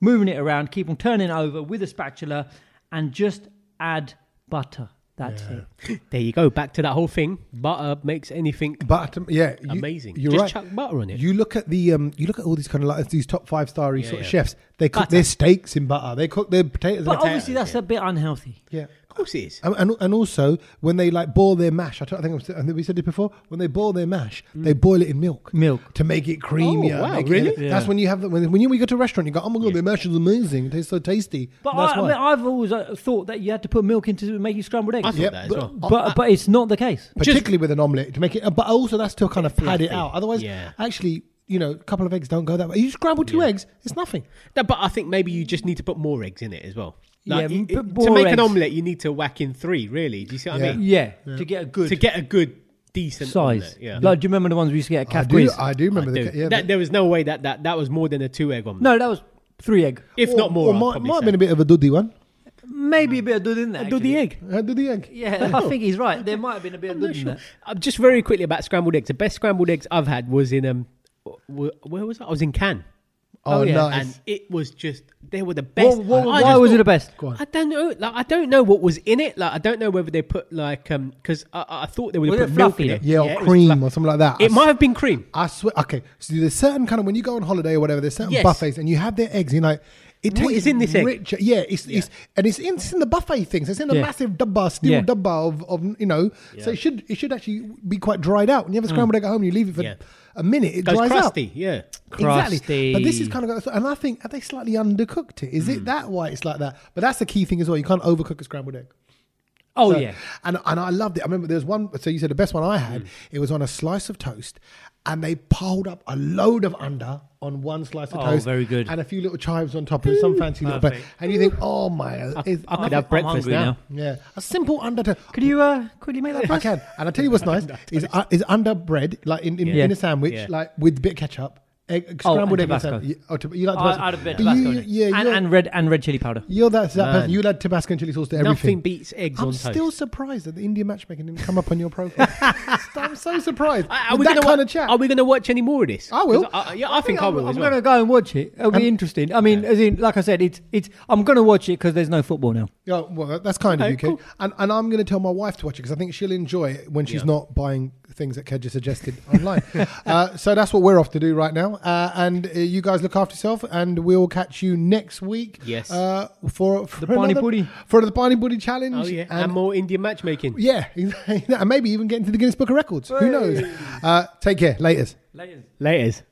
S3: moving it around, keep on turning it over with a spatula, and just add butter. That's it."
S4: There you go. Back to that whole thing. Butter makes anything.
S1: But um, yeah,
S4: Amazing.
S1: You're
S4: Just
S1: right.
S4: chuck butter on it.
S1: You look at the um, you look at all these kind of like these top five star sort of
S4: yeah.
S1: chefs. They cook their steaks in butter. They cook their potatoes.
S3: But
S1: in butter.
S3: obviously that's a bit unhealthy.
S1: yeah.
S4: Of course it is.
S1: And, and, and also when they like boil their mash, I, don't- I think I've said- I think we said it before. When they boil their mash, they boil it in milk,
S3: Milk.
S1: to make it creamier.
S4: Mm. Oh, wow,
S1: make it-
S4: really?
S1: That's when you have the, when, when you, when you go to a restaurant, you go, oh my god, their mash is amazing. It tastes so tasty.
S3: But
S1: And that's
S3: I, I
S1: why.
S3: mean, I've always uh, thought that you had to put milk into making scrambled eggs.
S4: I thought
S1: Yep,
S4: that as
S1: but-
S4: well.
S3: But but it's not the case.
S1: particularly with an omelette to make it. But also that's to kind of pad it
S4: fluffy.
S1: out. Otherwise,
S4: Yeah.
S1: actually, you know, a couple of eggs don't go that way. You scramble two eggs, it's nothing.
S4: No, but I think maybe you just need to put more eggs in it as well. Like,
S3: Yeah,
S4: you-
S3: put
S4: to
S3: more
S4: make an
S3: eggs.
S4: omelette, you need to whack in three. Really? Do you see what
S1: Yeah.
S4: I mean?
S3: Yeah, to get a good
S4: To get a good decent
S3: size.
S4: omelette, yeah.
S3: Like, do you remember the ones we used to get at
S1: I
S3: Cat
S1: do,
S3: Quiz?
S1: I do remember
S4: Dude,
S1: the yeah,
S4: that, there was no way that, that that was more than a two egg omelette.
S3: no, that was three egg.
S4: if not more.
S1: Or might,
S4: I'd probably
S1: might have
S4: say.
S1: been a bit of a duddy one.
S3: Maybe a bit of dood in there.
S4: Do the egg.
S1: Uh, duddy egg.
S3: Yeah, I think he's right. There might have been a bit of dood in there.
S4: Uh, just very quickly about scrambled eggs. The best scrambled eggs I've had was in um, wh- where was I? I was in Cannes,
S1: Oh,
S3: Oh, yeah.
S1: nice.
S4: and it was just they were the
S3: What-
S4: best.
S3: what-
S4: I
S3: why
S4: just
S3: was it
S4: thought-
S3: the best?
S4: I don't know. Like I don't know what was in it. Like I don't know whether they put like um because I, I I thought they would
S3: Was
S4: have
S3: it
S4: put milk in
S3: fluffy?
S4: it.
S1: yeah,
S4: it
S1: or
S4: was
S1: cream
S4: fluff-
S1: or something like that.
S4: It might have been cream.
S1: I swear. Okay, so there's certain kind of when you go on holiday or whatever, there's certain
S4: Yes.
S1: buffets and you have their eggs. You know, it
S4: What
S1: tastes
S4: is in this egg?
S1: richer. Yeah, it's, it's and it's in, it's in the buffet things. It's in a
S3: Yeah.
S1: massive dabba, steel
S3: Yeah.
S1: dabba of, of you know. So it should it should actually be quite dried out. When
S3: Mm.
S1: you have a scrambled egg at home, you leave it for
S4: Yeah.
S1: a minute, it
S4: Goes
S1: dries
S4: crusty.
S1: out.
S4: Yeah.
S1: Exactly. But this is kind of, and I think have they slightly undercooked it? Is it
S4: Mm.
S1: that why it's like that? But that's the key thing as well. You can't overcook a scrambled egg.
S3: Oh
S1: So-
S3: yeah, Mm.
S1: and and I loved it. I remember there was one. So you said the best one I had. It was on a slice of toast, and they piled up a load of under on one slice of
S3: Oh,
S1: toast.
S3: very good. Mm.
S1: And a few little chives on top and some fancy little. Bit. And you think, oh my, is-
S4: I could have breakfast
S3: hungry
S4: now.
S3: now.
S1: yeah, a simple under. To,
S3: could you uh, quickly make that?
S1: I
S3: (laughs) for us?
S1: can, and I tell you what's nice is uh, is under bread like in in,
S3: Yeah.
S1: in a sandwich
S4: Yeah.
S1: like with a bit of ketchup. Egg,
S3: Oh,
S1: scrambled egg
S3: and
S1: and
S3: Tabasco.
S1: sandwich. Yeah, Oh, tab- you like Tabasco?
S3: I, I'd have been
S1: But
S3: Tabasco.
S1: you,
S3: in it.
S1: yeah,
S3: and,
S1: you're,
S3: and red and red chili powder.
S1: you're that, that person.
S4: Man.
S1: You'll add Tabasco and chili sauce to everything.
S4: Nothing beats eggs
S1: I'm
S4: on
S1: still
S4: toast.
S1: surprised that the Indian matchmaking didn't come up on your
S4: (laughs)
S1: profile. I'm so surprised.
S4: Are- Are
S1: With
S4: we
S1: that
S4: gonna
S1: kind
S4: wa-
S1: of chat.
S4: Are we going to watch any more of this?
S1: I will.
S4: 'Cause I, yeah, I, think I will.
S3: I'm,
S4: as well.
S3: going to go and watch it. It'll be
S1: Um,
S3: interesting. I mean, as in, like I said, it's it's. I'm going to watch it because there's no football now.
S1: Yeah, well, that's kind of
S4: Okay,
S1: you, kid.
S4: cool.
S1: And, and I'm going to tell my wife to watch it because I think she'll enjoy it when she's not buying things that Kedja suggested (laughs) online. uh, so that's what we're off to do right now. Uh, and uh, you guys look after yourself, and we'll catch you next week.
S4: Yes.
S1: Uh, for for
S3: The Pani
S1: another-
S3: Puri.
S1: for the Pani Puri challenge.
S4: Oh yeah, and, more Indian matchmaking.
S1: yeah, (laughs) and maybe even get into the Guinness Book of Records. Who knows? Uh, take care. Laters.
S4: Laters.